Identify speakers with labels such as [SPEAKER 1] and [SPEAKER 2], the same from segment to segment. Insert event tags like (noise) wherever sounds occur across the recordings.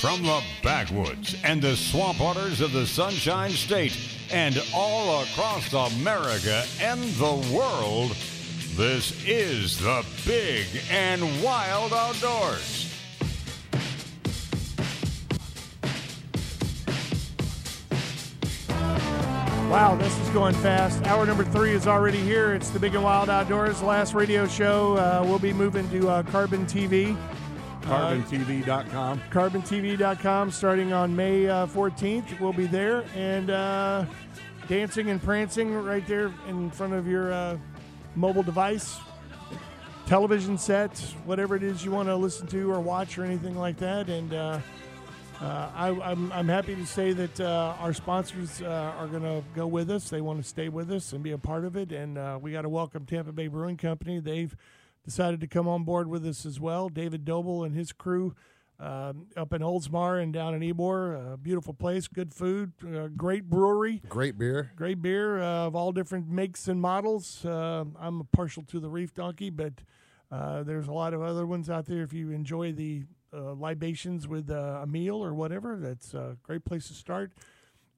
[SPEAKER 1] From the backwoods and the swamp waters of the Sunshine State and all across America and the world, this is the Big and Wild Outdoors.
[SPEAKER 2] Wow, this is going fast. Hour number three is already here. It's the Big and Wild Outdoors, last radio show. Uh, we'll be moving to uh, Carbon TV,
[SPEAKER 3] CarbonTV.com.
[SPEAKER 2] carbontv.com, starting on May uh, 14th. We'll be there and uh, dancing and prancing right there in front of your uh, mobile device, television set, whatever it is you want to listen to or watch or anything like that. And uh, uh, I, I'm, I'm happy to say that uh, our sponsors uh, are going to go with us. They want to stay with us and be a part of it. And uh, we got to welcome Tampa Bay Brewing Company. They've decided to come on board with us as well. David Doble and his crew um, up in Oldsmar and down in Ebor. Uh, beautiful place, good food, uh, great brewery
[SPEAKER 3] Great beer.
[SPEAKER 2] great beer uh, of all different makes and models. Uh, I'm partial to the Reef Donkey, but uh, there's a lot of other ones out there. If you enjoy the uh, libations with uh, a meal or whatever, that's a great place to start.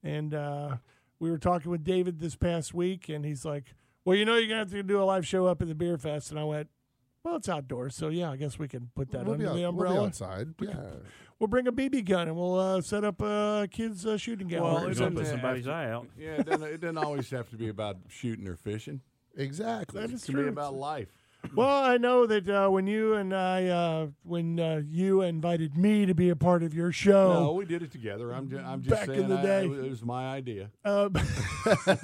[SPEAKER 2] And uh, we were talking with David this past week, and he's like, "Well, you know, you're gonna have to do a live show up at the beer fest." And I went, "Well, it's outdoors, so yeah, I guess we can put that
[SPEAKER 3] We'll
[SPEAKER 2] under
[SPEAKER 3] be, out-
[SPEAKER 2] the
[SPEAKER 3] we'll be
[SPEAKER 2] umbrella. We'll,
[SPEAKER 3] outside. Yeah.
[SPEAKER 2] bring a BB gun and we'll uh, set up a kids' uh, shooting gallery."
[SPEAKER 4] Well,
[SPEAKER 2] or
[SPEAKER 4] it's
[SPEAKER 3] doesn't
[SPEAKER 4] gonna put
[SPEAKER 3] have
[SPEAKER 4] somebody's
[SPEAKER 3] to-
[SPEAKER 4] eye out.
[SPEAKER 5] Yeah, it doesn't, it doesn't always have to be about shooting or fishing.
[SPEAKER 3] Exactly.
[SPEAKER 2] That
[SPEAKER 5] It
[SPEAKER 2] is
[SPEAKER 5] can
[SPEAKER 2] true.
[SPEAKER 5] be about life.
[SPEAKER 2] Well, I know that uh, when you and I, uh, when uh, you invited me to be a part of your
[SPEAKER 5] No,
[SPEAKER 2] show,
[SPEAKER 5] we did it together. I'm, ju- I'm just
[SPEAKER 2] Oh. Back in
[SPEAKER 5] saying
[SPEAKER 2] the
[SPEAKER 5] I-
[SPEAKER 2] day.
[SPEAKER 5] it was- it was my idea.
[SPEAKER 2] uh,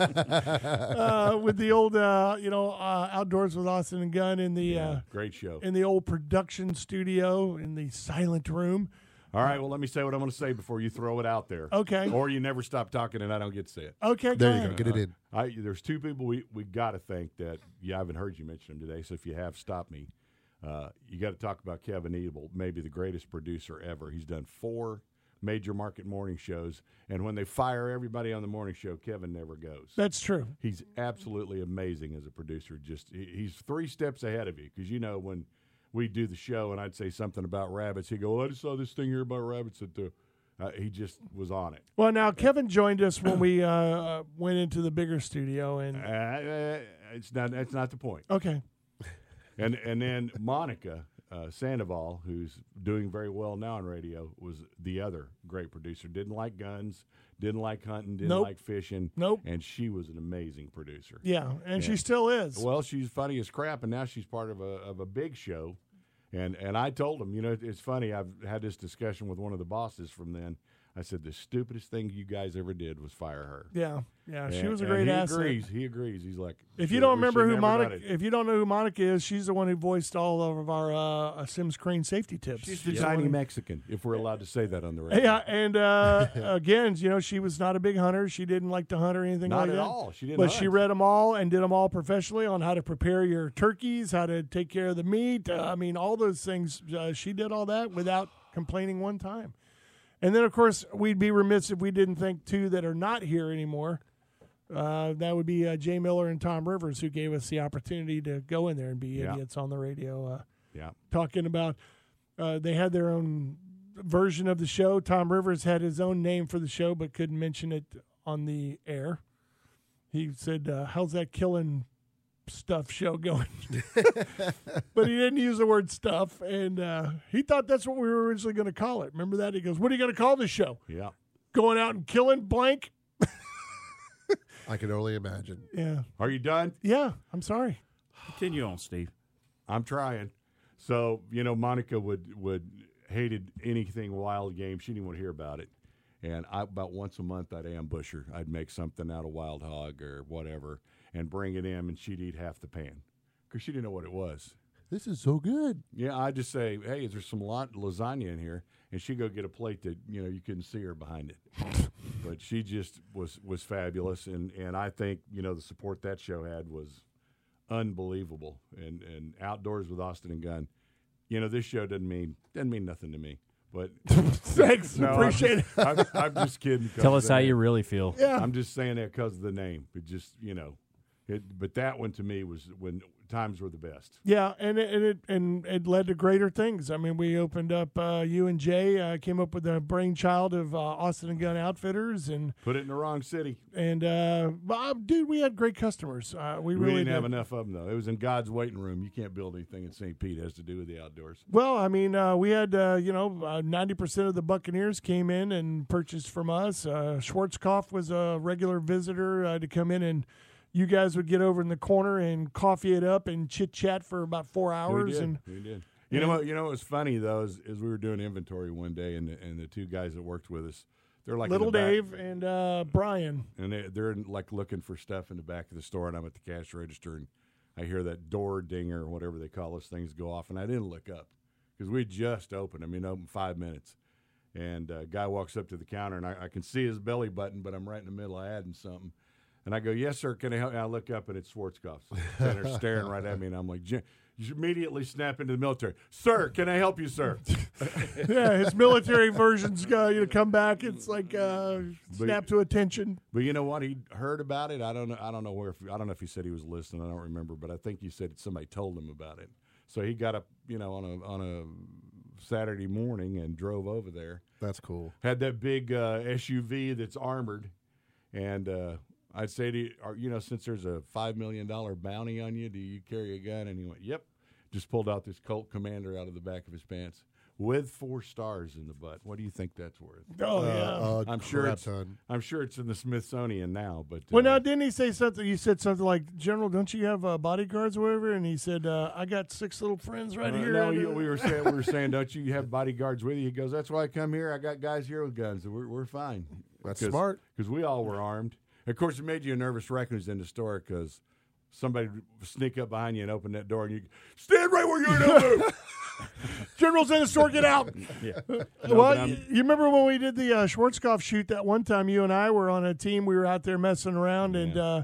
[SPEAKER 2] uh, with the old, uh, you know, uh, outdoors with Austin and Gunn in the uh,
[SPEAKER 5] Great show.
[SPEAKER 2] in the old production studio in the silent room.
[SPEAKER 5] All right, well, let me say what I'm going to say before you throw it out there.
[SPEAKER 2] Okay.
[SPEAKER 5] Or you never stop talking and I don't get to say it.
[SPEAKER 2] Okay,
[SPEAKER 3] There
[SPEAKER 2] go
[SPEAKER 3] you go.
[SPEAKER 2] ahead.
[SPEAKER 3] Get it in.
[SPEAKER 5] I, there's two people we, we got to thank that yeah, I haven't heard you mention them today. So if you have, stop me. Uh, you got to talk about Kevin Ebel, maybe the greatest producer ever. He's done four major market morning shows, and when they fire everybody on the morning show, Kevin never goes.
[SPEAKER 2] That's true.
[SPEAKER 5] He's absolutely amazing as a producer. Just he- he's three steps ahead of you because you know when we do the show and I'd say something about rabbits, he'd go, "Oh, "I just saw this thing here about rabbits." At the uh, he just was on it.
[SPEAKER 2] Well, now Kevin joined us when we uh, went into the bigger studio,
[SPEAKER 5] Uh,
[SPEAKER 2] and
[SPEAKER 5] uh, it's not that's not the point.
[SPEAKER 2] okay,
[SPEAKER 5] And and then Monica uh, Sandoval, who's doing very well now on radio, was the other great producer. Didn't like guns, didn't like hunting, didn't
[SPEAKER 2] Nope.
[SPEAKER 5] like fishing.
[SPEAKER 2] Nope.
[SPEAKER 5] And she was an amazing producer.
[SPEAKER 2] yeah, and she still is.
[SPEAKER 5] Well, she's funny as crap, and now she's part of a of a big show. And and I told him, you know, it's funny. I've had this discussion with one of the bosses from then. I said the stupidest thing you guys ever did was fire her.
[SPEAKER 2] yeah, yeah, she
[SPEAKER 5] And-
[SPEAKER 2] was a
[SPEAKER 5] and
[SPEAKER 2] great
[SPEAKER 5] he
[SPEAKER 2] asset.
[SPEAKER 5] Agrees. He agrees. He's like,
[SPEAKER 2] If you
[SPEAKER 5] "Should-
[SPEAKER 2] don't
[SPEAKER 5] we
[SPEAKER 2] remember
[SPEAKER 5] should
[SPEAKER 2] who
[SPEAKER 5] never done
[SPEAKER 2] Monica,
[SPEAKER 5] it."
[SPEAKER 2] if you don't know who Monica is, she's the one who voiced all of our uh, uh, Sims Crane safety tips.
[SPEAKER 5] she's the tiny Mexican, if we're allowed to say that on the radio.
[SPEAKER 2] yeah, and
[SPEAKER 5] (laughs)
[SPEAKER 2] uh, again, you know, she was not a big hunter. She didn't like to hunt or anything like
[SPEAKER 5] Not at
[SPEAKER 2] that.
[SPEAKER 5] all. She didn't
[SPEAKER 2] But she
[SPEAKER 5] hunt.
[SPEAKER 2] read them all and did them all professionally on how to prepare your turkeys, how to take care of the meat. Uh, I mean, all those things. Uh, she did all that without complaining one time. And then, of course, we'd be remiss if we didn't think two that are not here anymore. Uh, that would be uh, Jay Miller and Tom Rivers, who gave us the opportunity to go in there and be
[SPEAKER 5] Yeah.
[SPEAKER 2] idiots on the radio, uh,
[SPEAKER 5] yeah.
[SPEAKER 2] talking about. Uh, they had their own version of the show. Tom Rivers had his own name for the show, but couldn't mention it on the air. He said, uh, "How's that killing stuff show going?" but he didn't use the word stuff, and uh, he thought that's what we were originally going to call it. Remember that? He goes, "What are you going to call this show?
[SPEAKER 5] Yeah.
[SPEAKER 2] Going out and killing blank?"
[SPEAKER 3] I can only imagine.
[SPEAKER 2] Yeah,
[SPEAKER 5] Are you done?
[SPEAKER 2] yeah. I'm sorry. (laughs)
[SPEAKER 4] Continue on, Steve.
[SPEAKER 5] I'm trying. So you know, Monica would would hated anything wild game. She didn't want to hear about it. And I, about once a month, I'd ambush her. I'd make something out of wild hog or whatever, and bring it in, and she'd eat half the pan because she didn't know what it was.
[SPEAKER 3] This is so good.
[SPEAKER 5] Yeah, I just say, hey, is there some lot lasagna in here? And she would go get a plate that you know you couldn't see her behind it. but she just was was fabulous, and and I think you know the support that show had was unbelievable. And and outdoors with Austin and Gunn, you know this show doesn't mean doesn't mean nothing to me. But
[SPEAKER 2] Thanks,
[SPEAKER 5] No, I'm
[SPEAKER 2] appreciate it.
[SPEAKER 5] just- I'm, I'm just kidding. 'cause
[SPEAKER 6] Tell
[SPEAKER 5] of
[SPEAKER 6] us how
[SPEAKER 5] that.
[SPEAKER 6] you really feel.
[SPEAKER 2] Yeah.
[SPEAKER 5] I'm just saying that because of the name. It just you know, it, but that one to me was when times were the best.
[SPEAKER 2] Yeah, and it, and it and it led to greater things. I mean, we opened up uh, you and Jay uh, came up with the brainchild of uh, Austin and Gun Outfitters, and
[SPEAKER 5] Put it in the wrong city.
[SPEAKER 2] and uh, Bob, dude, we had great customers. Uh, we,
[SPEAKER 5] We
[SPEAKER 2] really
[SPEAKER 5] didn't
[SPEAKER 2] did.
[SPEAKER 5] have enough of them though. It was in God's waiting room. You can't build anything in St. Pete. It has to do with the outdoors.
[SPEAKER 2] Well, I mean, uh, we had uh, you know ninety percent of the Buccaneers came in and purchased from us. Uh, Schwarzkopf was a regular visitor uh, to come in, and you guys would get over in the corner and coffee it up and chit chat for about four
[SPEAKER 5] we
[SPEAKER 2] hours.
[SPEAKER 5] did.
[SPEAKER 2] And
[SPEAKER 5] we did. You know what? You know what was funny though is, is we were doing inventory one day, and the, and the two guys that worked with us, they're like in the
[SPEAKER 2] little
[SPEAKER 5] back-
[SPEAKER 2] Dave and uh,
[SPEAKER 5] (laughs)
[SPEAKER 2] Brian.
[SPEAKER 5] and they, they're like looking for stuff in the back of the store, and I'm at the cash register, and I hear that door dinger, whatever they call those things, go off, and I didn't look up because we just opened. I mean, opened five minutes, and a guy walks up to the counter, and I, I can see his belly button, but I'm right in the middle of adding something. And I go, yes, sir. Can I help? you?" And I look up and it's Schwarzkopf. And they're staring right at me. And I'm like, "Jim," you should immediately snap into the military. Sir, can I help you, sir?
[SPEAKER 2] yeah, his military version's uh, you know, come back. It's like uh, snap to attention.
[SPEAKER 5] But you know what? He heard about it. I don't know. I don't know where. I don't know if he said he was listening. I don't remember. But I think he said somebody told him about it. So he got up, you know, on a on a Saturday morning and drove over there.
[SPEAKER 3] That's cool.
[SPEAKER 5] Had that big uh, SUV that's armored, and uh, I'd say to you, "Are- you know, since there's a five million dollar bounty on you, do you carry a gun? And he went, "Yep." Just pulled out this Colt Commander out of the back of his pants with four stars in the butt. What do you think that's worth?
[SPEAKER 2] Oh yeah.
[SPEAKER 3] Uh, a
[SPEAKER 5] I'm sure
[SPEAKER 3] crap
[SPEAKER 5] it's
[SPEAKER 3] ton.
[SPEAKER 5] I'm sure it's in the Smithsonian now, but
[SPEAKER 2] well,
[SPEAKER 5] uh,
[SPEAKER 2] now didn't he say something? You said something like, "General, don't you have uh, bodyguards or whatever?" And he said, uh, "I got six little friends right
[SPEAKER 5] Uh,
[SPEAKER 2] here."
[SPEAKER 5] No, you,
[SPEAKER 2] (laughs)
[SPEAKER 5] we were saying we were saying, don't you have bodyguards with you? He goes, that's why I come here. I got guys here with guns. We're, we're fine.
[SPEAKER 3] That's smart.
[SPEAKER 5] because we all were armed. Of course, it made you a nervous wreck when it was in the store because somebody would sneak up behind you and open that door, and you stand right where you're
[SPEAKER 3] (laughs)
[SPEAKER 5] in move.
[SPEAKER 2] General's in the store. Get out.
[SPEAKER 5] yeah. (laughs)
[SPEAKER 2] well,
[SPEAKER 5] but I'm-
[SPEAKER 2] y- you remember when we did the uh, Schwarzkopf shoot that one time? You and I were on a team. We were out there messing around, and uh,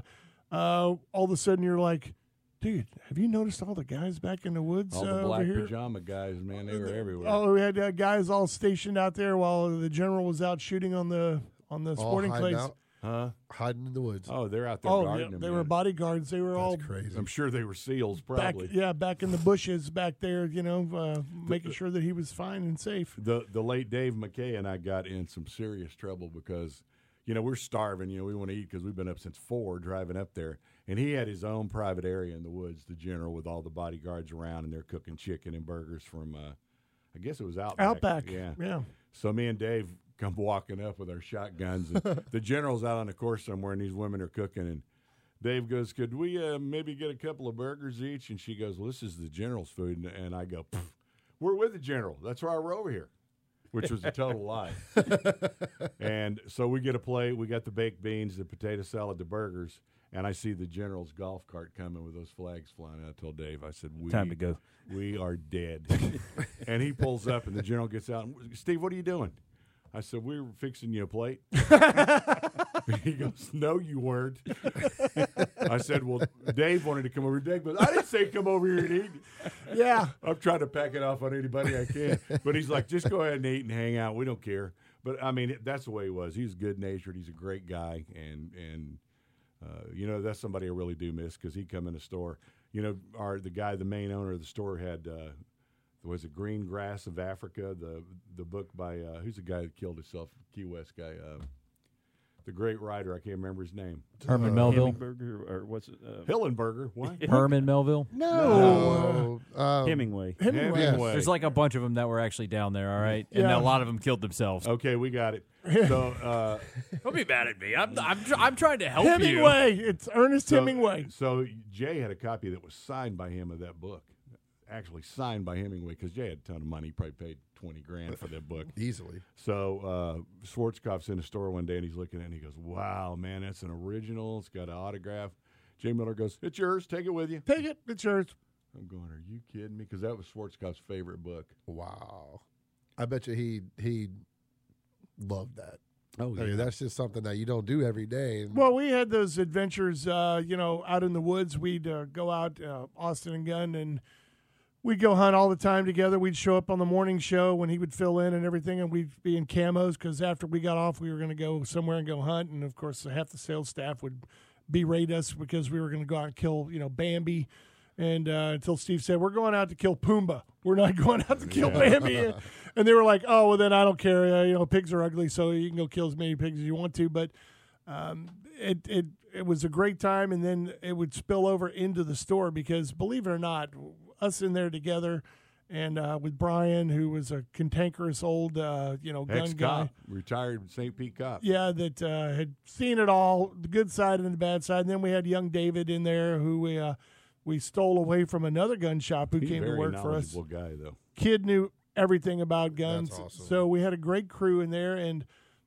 [SPEAKER 2] uh, all of a sudden you're like, "Dude, have you noticed all the guys back in the woods
[SPEAKER 5] all
[SPEAKER 2] uh,
[SPEAKER 5] the
[SPEAKER 2] over
[SPEAKER 5] black
[SPEAKER 2] here?"
[SPEAKER 5] pajama guys, man, they were everywhere.
[SPEAKER 2] Oh, we had uh, guys all stationed out there while the general was out shooting on the on the
[SPEAKER 3] All
[SPEAKER 2] sporting
[SPEAKER 3] hiding
[SPEAKER 2] place.
[SPEAKER 3] out,
[SPEAKER 5] huh?
[SPEAKER 3] hiding in the woods.
[SPEAKER 5] Oh, they're out there
[SPEAKER 2] Oh, yeah,
[SPEAKER 5] guarding them.
[SPEAKER 2] they were
[SPEAKER 5] man.
[SPEAKER 2] bodyguards. They were all
[SPEAKER 3] That's crazy.
[SPEAKER 5] I'm sure they were seals,
[SPEAKER 2] back,
[SPEAKER 5] probably.
[SPEAKER 2] yeah, back in the bushes back there. You know, uh, making sure that he was fine and safe.
[SPEAKER 5] the the late Dave McKay and I got in some serious trouble because, you know, we're starving. You know, we want to eat because we've been up since four driving up there. And he had his own private area in the woods, the general, with all the bodyguards around, and they're cooking chicken and burgers from, uh, I guess it was Outback.
[SPEAKER 2] Outback.
[SPEAKER 5] Yeah.
[SPEAKER 2] yeah.
[SPEAKER 5] So me and Dave come walking up with our shotguns. And the general's out on the course somewhere, and these women are cooking. And Dave goes, "Could we uh, maybe get a couple of burgers each?" And she goes, "Well, this is the general's food." And, and I go, "Pff, "We're with the general. That's why we're over here." Which was a total lie. and so we get a plate. We got the baked beans, the potato salad, the burgers. And I see the general's golf cart coming with those flags flying. I told Dave, I said, we,
[SPEAKER 4] Time to go.
[SPEAKER 5] we are dead. (laughs) and he pulls up, and the general gets out. And, Steve, what are you doing? I said, we were fixing you a plate. (laughs) he goes, no, you weren't. I said, well, Dave wanted to come over. Dave goes, I didn't say come over here and eat.
[SPEAKER 2] Yeah.
[SPEAKER 5] I'm trying to pack it off on anybody I can. But he's like, just go ahead and eat and hang out. We don't care. But I mean, that's the way he was. He's good natured. He's a great guy, and and uh, you know that's somebody I really do miss because he'd come in the store. You know, our the guy, the main owner of the store, had uh, was it Green Grass of Africa, the the book by uh, who's the guy that killed himself, Key West guy, uh, the great writer. I can't remember his name.
[SPEAKER 4] Herman Melville.
[SPEAKER 6] Hamburger, or what's it? Uh,
[SPEAKER 5] Hillenberger. What?
[SPEAKER 4] Herman Melville.
[SPEAKER 3] No. Um,
[SPEAKER 6] Hemingway.
[SPEAKER 2] Hemingway.
[SPEAKER 5] Hemingway.
[SPEAKER 4] There's like a bunch of them that were actually down there. All right, and
[SPEAKER 2] Yeah.
[SPEAKER 4] a lot of them killed themselves.
[SPEAKER 5] Okay, we
[SPEAKER 2] (laughs)
[SPEAKER 5] got it. So. Uh,
[SPEAKER 4] Don't be mad at me. I'm I'm, tr- I'm trying to help you.
[SPEAKER 2] Hemingway. It's Ernest Hemingway.
[SPEAKER 5] So Jay had a copy that was signed by him of that book, actually signed by Hemingway because Jay had a ton of money. He probably paid twenty grand for
[SPEAKER 2] (laughs)
[SPEAKER 5] that book.
[SPEAKER 3] Easily.
[SPEAKER 5] So uh, Schwarzkopf's in a store one day and he's looking at it and he goes, "Wow, man, that's an original. It's got an autograph." Jay Miller goes, "It's yours. Take it with you."
[SPEAKER 2] Take it. It's yours.
[SPEAKER 5] I'm going, "Are you kidding me?" Because that was Schwarzkopf's favorite book.
[SPEAKER 3] Wow. I bet you he he loved that.
[SPEAKER 5] Oh
[SPEAKER 3] I mean, that's just something that you don't do every day. And
[SPEAKER 2] Well, we had those adventures, uh, you know, out in the woods. We'd uh, go out, uh, Austin and Gunn, and we'd go hunt all the time together. We'd show up on the morning show when he would fill in and everything, and we'd be in camos because after we got off, we were going to go somewhere and go hunt. And of course, half the sales staff would berate us because we were going to go out and kill, you know, Bambi And uh, until Steve said, "We're going out to kill Pumbaa. We're not (laughs) going out to kill Bambi," and, and they were like, "Oh, well, then I don't care. Uh, you know, pigs are ugly, so you can go kill as many pigs as you want to." But it it it was a great time, and then it would spill over into the store because believe it or not, us in there together, and uh, with Brian, who was a cantankerous old uh, you know gun
[SPEAKER 5] Ex
[SPEAKER 2] guy,
[SPEAKER 5] cop, retired St. Pete cop.
[SPEAKER 2] yeah, that uh, had seen it all, the good side and the bad side. And then we had young David in there who we uh, we stole away from another gun shop who
[SPEAKER 5] He's
[SPEAKER 2] came
[SPEAKER 5] a
[SPEAKER 2] to
[SPEAKER 5] very
[SPEAKER 2] work for us
[SPEAKER 5] knowledgeable guy though.
[SPEAKER 2] kid knew everything about guns.
[SPEAKER 3] awesome.
[SPEAKER 2] So we had a great crew in there, and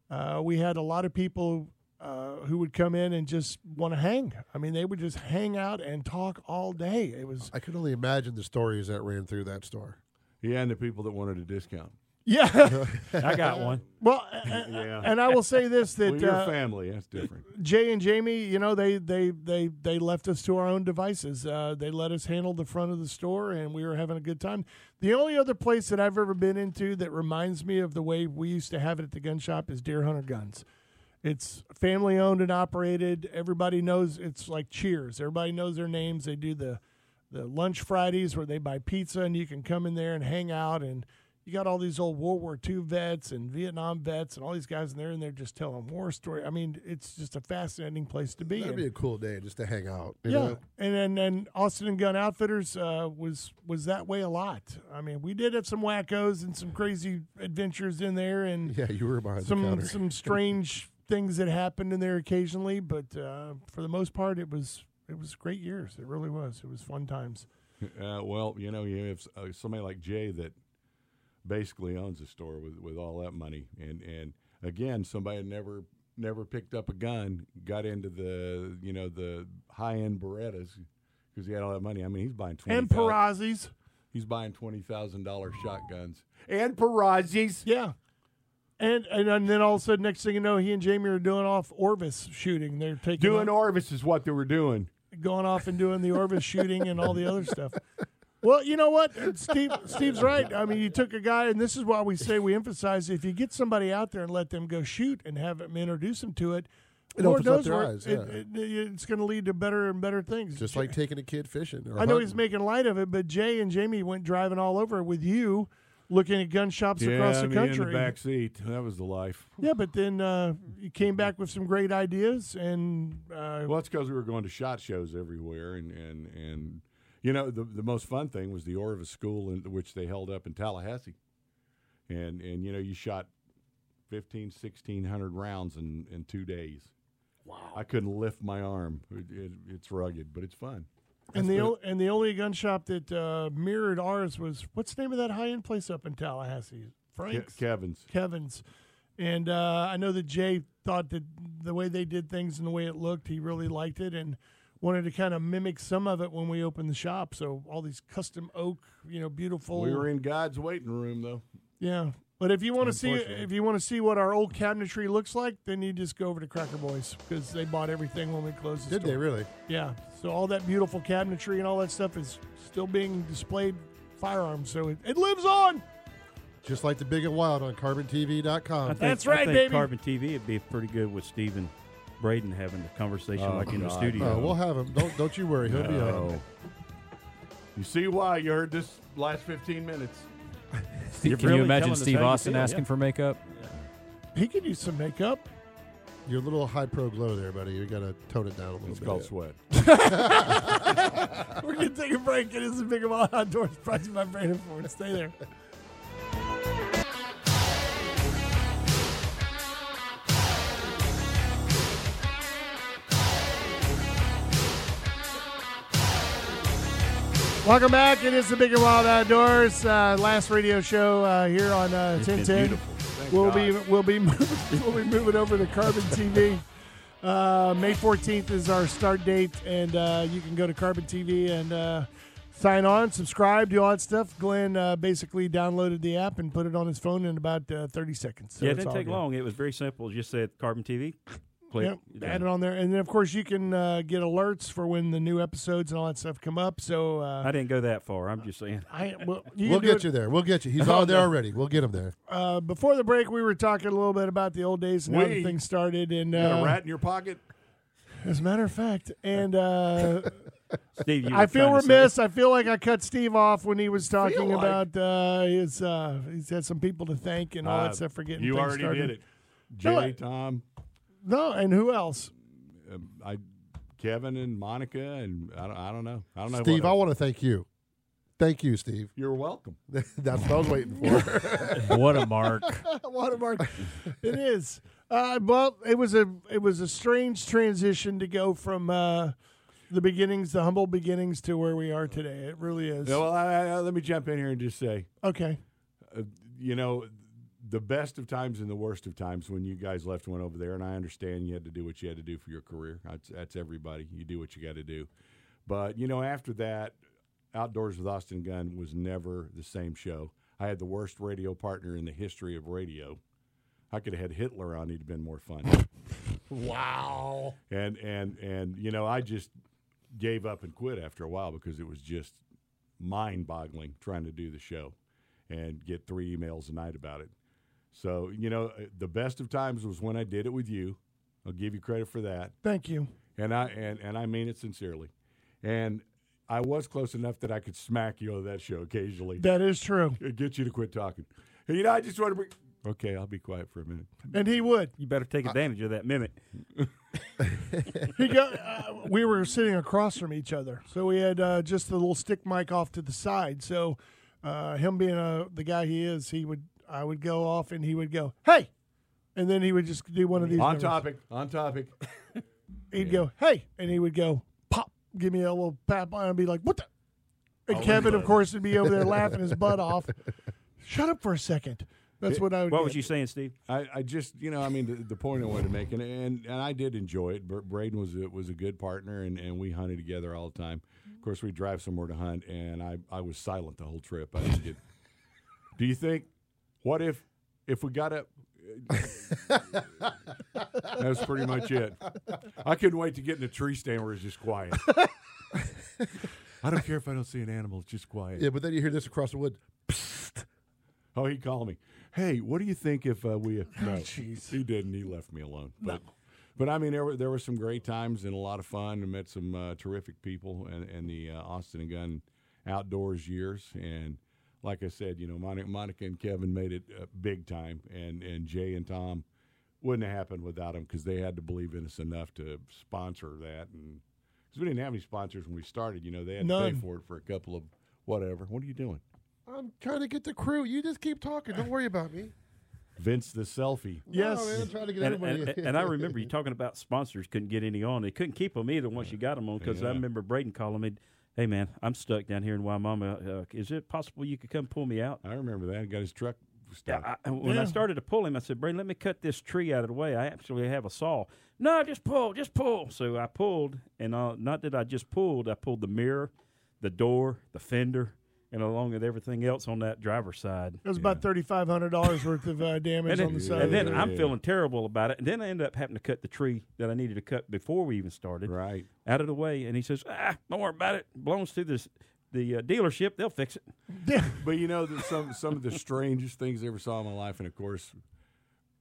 [SPEAKER 2] uh, we had a lot of people uh, who would come in and just want to hang. I mean, they would just hang out and talk all day. It was (laughs)
[SPEAKER 3] I could only imagine the stories that ran through that store.
[SPEAKER 5] Yeah, and the people that wanted a discount.
[SPEAKER 2] yeah.
[SPEAKER 4] I
[SPEAKER 2] (laughs)
[SPEAKER 4] got one.
[SPEAKER 2] well, a- a- and I will say this
[SPEAKER 5] Well,
[SPEAKER 2] that
[SPEAKER 5] your
[SPEAKER 2] uh,
[SPEAKER 5] family, that's different.
[SPEAKER 2] Jay and Jamie, you know, they they they they left us to our own devices. Uh, they let us handle the front of the store, and we were having a good time. The only other place that I've ever been into that reminds me of the way we used to have it at the gun shop is Deer Hunter Guns. It's family owned and operated. Everybody knows it's like Cheers. Everybody knows their names. They do the the lunch Fridays where they buy pizza and you can come in there and hang out and you got all these old World War II vets and Vietnam vets and all these guys in there and they're just telling war story. I mean, it's just a fascinating place to be.
[SPEAKER 3] That'd
[SPEAKER 2] in.
[SPEAKER 3] be a cool day just to hang out. You
[SPEAKER 2] yeah,
[SPEAKER 3] Know?
[SPEAKER 2] and then and Austin and Gun Outfitters uh, was was that way a lot. I mean, we did have some wackos and some crazy adventures in there and
[SPEAKER 3] Yeah, you were behind the
[SPEAKER 2] some
[SPEAKER 3] counter.
[SPEAKER 2] some strange things that happened in there occasionally, but uh, for the most part, it was it was great years. It really was. It was fun times.
[SPEAKER 5] Uh, well, you know, you have s- uh, somebody like Jay that basically owns the store with, with all that money, and and again, somebody that never never picked up a gun, got into the you know the high end Berettas because he had all that money. I mean, he's buying twenty
[SPEAKER 2] And Perazzi's.
[SPEAKER 5] he's buying twenty thousand dollar shotguns and Perazzis.
[SPEAKER 2] Yeah. And, and and then all of a sudden, next thing you know, he and Jamie are doing off Orvis shooting. They're taking
[SPEAKER 5] Doing
[SPEAKER 2] off-
[SPEAKER 5] Orvis is what they were doing.
[SPEAKER 2] going off and doing the Orvis shooting and all the other stuff. Well, you know what, Steve? Steve's right. I mean, you took a guy, and this is why we say we emphasize: if you get somebody out there and let them go shoot and have them introduce them to it,
[SPEAKER 3] It
[SPEAKER 2] Lord
[SPEAKER 3] opens up
[SPEAKER 2] knows
[SPEAKER 3] their
[SPEAKER 2] where
[SPEAKER 3] eyes,
[SPEAKER 2] it- it- it's going to lead to better and better things. (laughs)
[SPEAKER 3] Just like taking a kid fishing. Or
[SPEAKER 2] I know
[SPEAKER 3] hunting.
[SPEAKER 2] he's making light of it, but Jay and Jamie went driving all over with you, looking at gun shops across the country.
[SPEAKER 5] in the back seat. That was the life.
[SPEAKER 2] Yeah, but then uh, you came back with some great ideas, and uh,
[SPEAKER 5] Well, that's because we were going to shot shows everywhere, and and and you know the the most fun thing was the Orvis School, in, which they held up in Tallahassee, and and you know you shot 15, 1600 rounds in in two days. Wow! I couldn't lift my arm. It, it, it's rugged, but it's fun.
[SPEAKER 2] and the o- and the only gun shop that uh, mirrored ours was what's the name of that high end place up in Tallahassee?
[SPEAKER 5] Ke-
[SPEAKER 2] Frank's
[SPEAKER 5] Kevin's.
[SPEAKER 2] Kevin's, and uh, I know that Jay thought that the way they did things and the way it looked, he really liked it and wanted to kind of mimic some of it when we opened the shop. So all these custom oak, you know, beautiful.
[SPEAKER 5] We were in God's waiting room though.
[SPEAKER 2] Yeah. But if you want to see
[SPEAKER 3] Unfortunately.
[SPEAKER 2] if you want to see what our old cabinetry looks like, then you just go over to Cracker Boys because they bought everything when we closed the
[SPEAKER 3] Did
[SPEAKER 2] store.
[SPEAKER 3] they really?
[SPEAKER 2] Yeah. So all that beautiful cabinetry and all that stuff is still being displayed firearms. So it, it lives on.
[SPEAKER 3] Just like the big and wild on
[SPEAKER 4] I
[SPEAKER 3] carbontv.com.
[SPEAKER 4] think,
[SPEAKER 2] That's right,
[SPEAKER 4] I think
[SPEAKER 2] baby.
[SPEAKER 4] Carbon TV would be pretty good with Steve and Braden having a conversation
[SPEAKER 5] Oh,
[SPEAKER 4] like in the
[SPEAKER 5] God,
[SPEAKER 4] studio.
[SPEAKER 3] Oh, we'll have him. Don't don't you worry. He'll be uh, on.
[SPEAKER 5] Oh. You see why you heard this last fifteen minutes?
[SPEAKER 6] Can
[SPEAKER 4] You're really
[SPEAKER 6] you
[SPEAKER 4] telling
[SPEAKER 6] imagine
[SPEAKER 4] us
[SPEAKER 6] Steve
[SPEAKER 4] how you
[SPEAKER 6] Austin
[SPEAKER 4] feel,
[SPEAKER 6] asking
[SPEAKER 4] yeah.
[SPEAKER 6] for makeup?
[SPEAKER 2] He could use some makeup.
[SPEAKER 3] Your little high pro glow there, buddy. You gotta tone it down a little
[SPEAKER 5] It's
[SPEAKER 3] bit.
[SPEAKER 2] (clears throat)
[SPEAKER 5] called sweat.
[SPEAKER 2] We're gonna take a break. It is a big amount outdoors. Price by Brandon Ford. Stay there. Welcome back. It is the Big and Wild Outdoors. Uh, last radio show uh, here on uh,
[SPEAKER 4] It's been
[SPEAKER 2] 1010.
[SPEAKER 4] beautiful.
[SPEAKER 2] We'll be we'll be (laughs) moving, we'll be moving over to Carbon TV. Uh, May 14th is our start date, and uh, you can go to Carbon TV and uh, sign on, subscribe, do all that stuff. Glenn uh, basically downloaded the app and put it on his phone in about uh, 30 seconds. So
[SPEAKER 4] yeah, it
[SPEAKER 2] it's
[SPEAKER 4] didn't
[SPEAKER 2] all
[SPEAKER 4] take
[SPEAKER 2] good.
[SPEAKER 4] long. It was very simple. Just said Carbon TV. Click.
[SPEAKER 2] Yep,
[SPEAKER 4] You're
[SPEAKER 2] add
[SPEAKER 4] done.
[SPEAKER 2] it on there, and then of course you can uh, get alerts for when the new episodes and all that stuff come up. So
[SPEAKER 4] I
[SPEAKER 2] uh,
[SPEAKER 4] didn't go that far. I'm just saying.
[SPEAKER 2] I,
[SPEAKER 4] (laughs)
[SPEAKER 2] well, you
[SPEAKER 3] We'll
[SPEAKER 2] can do
[SPEAKER 3] get
[SPEAKER 2] it-
[SPEAKER 3] you there. We'll get you. He's on there already. We'll get him there.
[SPEAKER 2] Uh, before the break, we were talking a little bit about the old days and how the
[SPEAKER 5] We-
[SPEAKER 2] thing started, and
[SPEAKER 5] Got
[SPEAKER 2] uh,
[SPEAKER 5] a rat in your pocket?
[SPEAKER 4] (laughs)
[SPEAKER 2] As a matter of fact, and uh,
[SPEAKER 4] Steve, you
[SPEAKER 2] I
[SPEAKER 4] were
[SPEAKER 2] feel
[SPEAKER 4] trying to say-
[SPEAKER 2] remiss. I feel like I cut Steve off when he was talking
[SPEAKER 5] like-
[SPEAKER 2] about uh, his. Uh, he's had some people to thank and all
[SPEAKER 5] Uh,
[SPEAKER 2] that stuff for getting.
[SPEAKER 5] You
[SPEAKER 2] things
[SPEAKER 5] already
[SPEAKER 2] started.
[SPEAKER 5] did it.
[SPEAKER 2] No,
[SPEAKER 5] Jay,
[SPEAKER 2] I-
[SPEAKER 5] Tom,
[SPEAKER 2] No, and who else?
[SPEAKER 5] I, Kevin, and Monica, and I don't, I don't know. I don't know. what
[SPEAKER 3] Steve, I
[SPEAKER 5] else.
[SPEAKER 3] want to thank you. Thank you, Steve.
[SPEAKER 5] You're welcome.
[SPEAKER 3] (laughs) That's what I was waiting for.
[SPEAKER 4] What (laughs) a mark.
[SPEAKER 2] Watermark. it is. Uh, well, it was a it was a strange transition to go from uh, the beginnings, the humble beginnings, to where we are today. It really is.
[SPEAKER 5] (laughs) Yeah, well, I, I, let me jump in here and just say,
[SPEAKER 2] Okay.
[SPEAKER 5] uh, you know, the best of times and the worst of times when you guys left went over there, and I understand you had to do what you had to do for your career. That's, that's everybody. You do what you got to do. But, you know, after that, Outdoors with Austin Gunn was never the same show. I had the worst radio partner in the history of radio. I could have had Hitler on; he'd have been more fun.
[SPEAKER 2] Wow.
[SPEAKER 5] and and and you know, I just gave up and quit after a while because it was just mind-boggling trying to do the show and get three emails a night about it. So you know, uh, the best of times was when I did it with you. I'll give you credit for that,
[SPEAKER 2] Thank you.
[SPEAKER 5] and I and and I mean it sincerely. And I was close enough that I could smack you on that show occasionally,
[SPEAKER 2] That is true.
[SPEAKER 5] get you to quit talking. Hey, you know, I just want to bring. Okay, I'll be quiet for a minute.
[SPEAKER 2] And he would.
[SPEAKER 4] You better take advantage of that mimic.
[SPEAKER 2] He go, uh, we were sitting across from each other, so we had uh, just the little stick mic off to the side. So, uh, him being uh, the guy he is, he would I would go off and he would go, "Hey," and then he would just do one of these.
[SPEAKER 5] On
[SPEAKER 2] numbers.
[SPEAKER 5] topic. On topic.
[SPEAKER 2] he'd go, "Hey," and he would go, "Pop," give me a little pat, and I'd be like, "What the?" And
[SPEAKER 4] Oh,
[SPEAKER 2] Kevin, of course, would be over there laughing his butt
[SPEAKER 4] (laughs)
[SPEAKER 2] off. Shut up for a second. That's what I would.
[SPEAKER 4] What
[SPEAKER 2] get.
[SPEAKER 4] was you saying, Steve?
[SPEAKER 5] I, I just, you know, I mean, the, the point I wanted to make, and, and and I did enjoy it. Br- Braden was a, was a good partner, and, and we hunted together all the time. Of course, we drive somewhere to hunt, and I, I was silent the whole trip. I didn't get. (laughs) Do you think? What if if we got up? uh, that was pretty much it. I couldn't wait to get in a tree stand where it's just quiet. (laughs) I don't care if I don't see an animal; it's just quiet.
[SPEAKER 3] yeah, but then you hear this across the wood.
[SPEAKER 5] Oh, he called me. Hey, what do you think if uh, we? No,
[SPEAKER 2] Oh, jeez.
[SPEAKER 5] he didn't. He left me alone. But, but I mean, there were there were some great times and a lot of fun, and met some uh, terrific people, and, and the uh, Austin and Gun outdoors years, and like I said, you know, Monica, Monica and Kevin made it uh, big time, and and Jay and Tom wouldn't have happened without them because they had to believe in us enough to sponsor that, and because we didn't have any sponsors when we started, you know, they had to pay
[SPEAKER 2] None.
[SPEAKER 5] for it for a couple of whatever. What are you doing?
[SPEAKER 3] I'm trying to get the crew. You just keep talking. Don't worry about
[SPEAKER 4] (laughs)
[SPEAKER 3] me.
[SPEAKER 5] Vince the selfie.
[SPEAKER 2] Yes.
[SPEAKER 3] No, man, I'm trying to get
[SPEAKER 4] And,
[SPEAKER 3] everybody.
[SPEAKER 4] and,
[SPEAKER 3] (laughs)
[SPEAKER 4] and I remember you talking about sponsors couldn't get any on. They couldn't keep them either once you got them on because I remember Braden calling me, "Hey man, I'm stuck down here in Waimama. Uh, is it possible you could come pull me out?"
[SPEAKER 5] I remember that. He got his truck stopped.
[SPEAKER 4] Yeah, I, when I started to pull him, I said, "Braden, let me cut this tree out of the way. I actually have a saw." No, just pull, just pull. So I pulled, and uh, not that I just pulled, I pulled the mirror, the door, the fender, and along with everything else on that driver's side.
[SPEAKER 2] It was about thirty five hundred dollars worth of uh, damage
[SPEAKER 4] And then,
[SPEAKER 2] on the side.
[SPEAKER 4] and
[SPEAKER 2] of
[SPEAKER 4] then
[SPEAKER 2] it.
[SPEAKER 4] I'm feeling terrible about it. And then I ended up having to cut the tree that I needed to cut before we even started.
[SPEAKER 5] right.
[SPEAKER 4] out of the way. And he says, ah, don't worry about it. Belongs to this, the uh, dealership. They'll fix it.
[SPEAKER 5] But you know, there's some some of the (laughs) strangest things I ever saw in my life, and of course,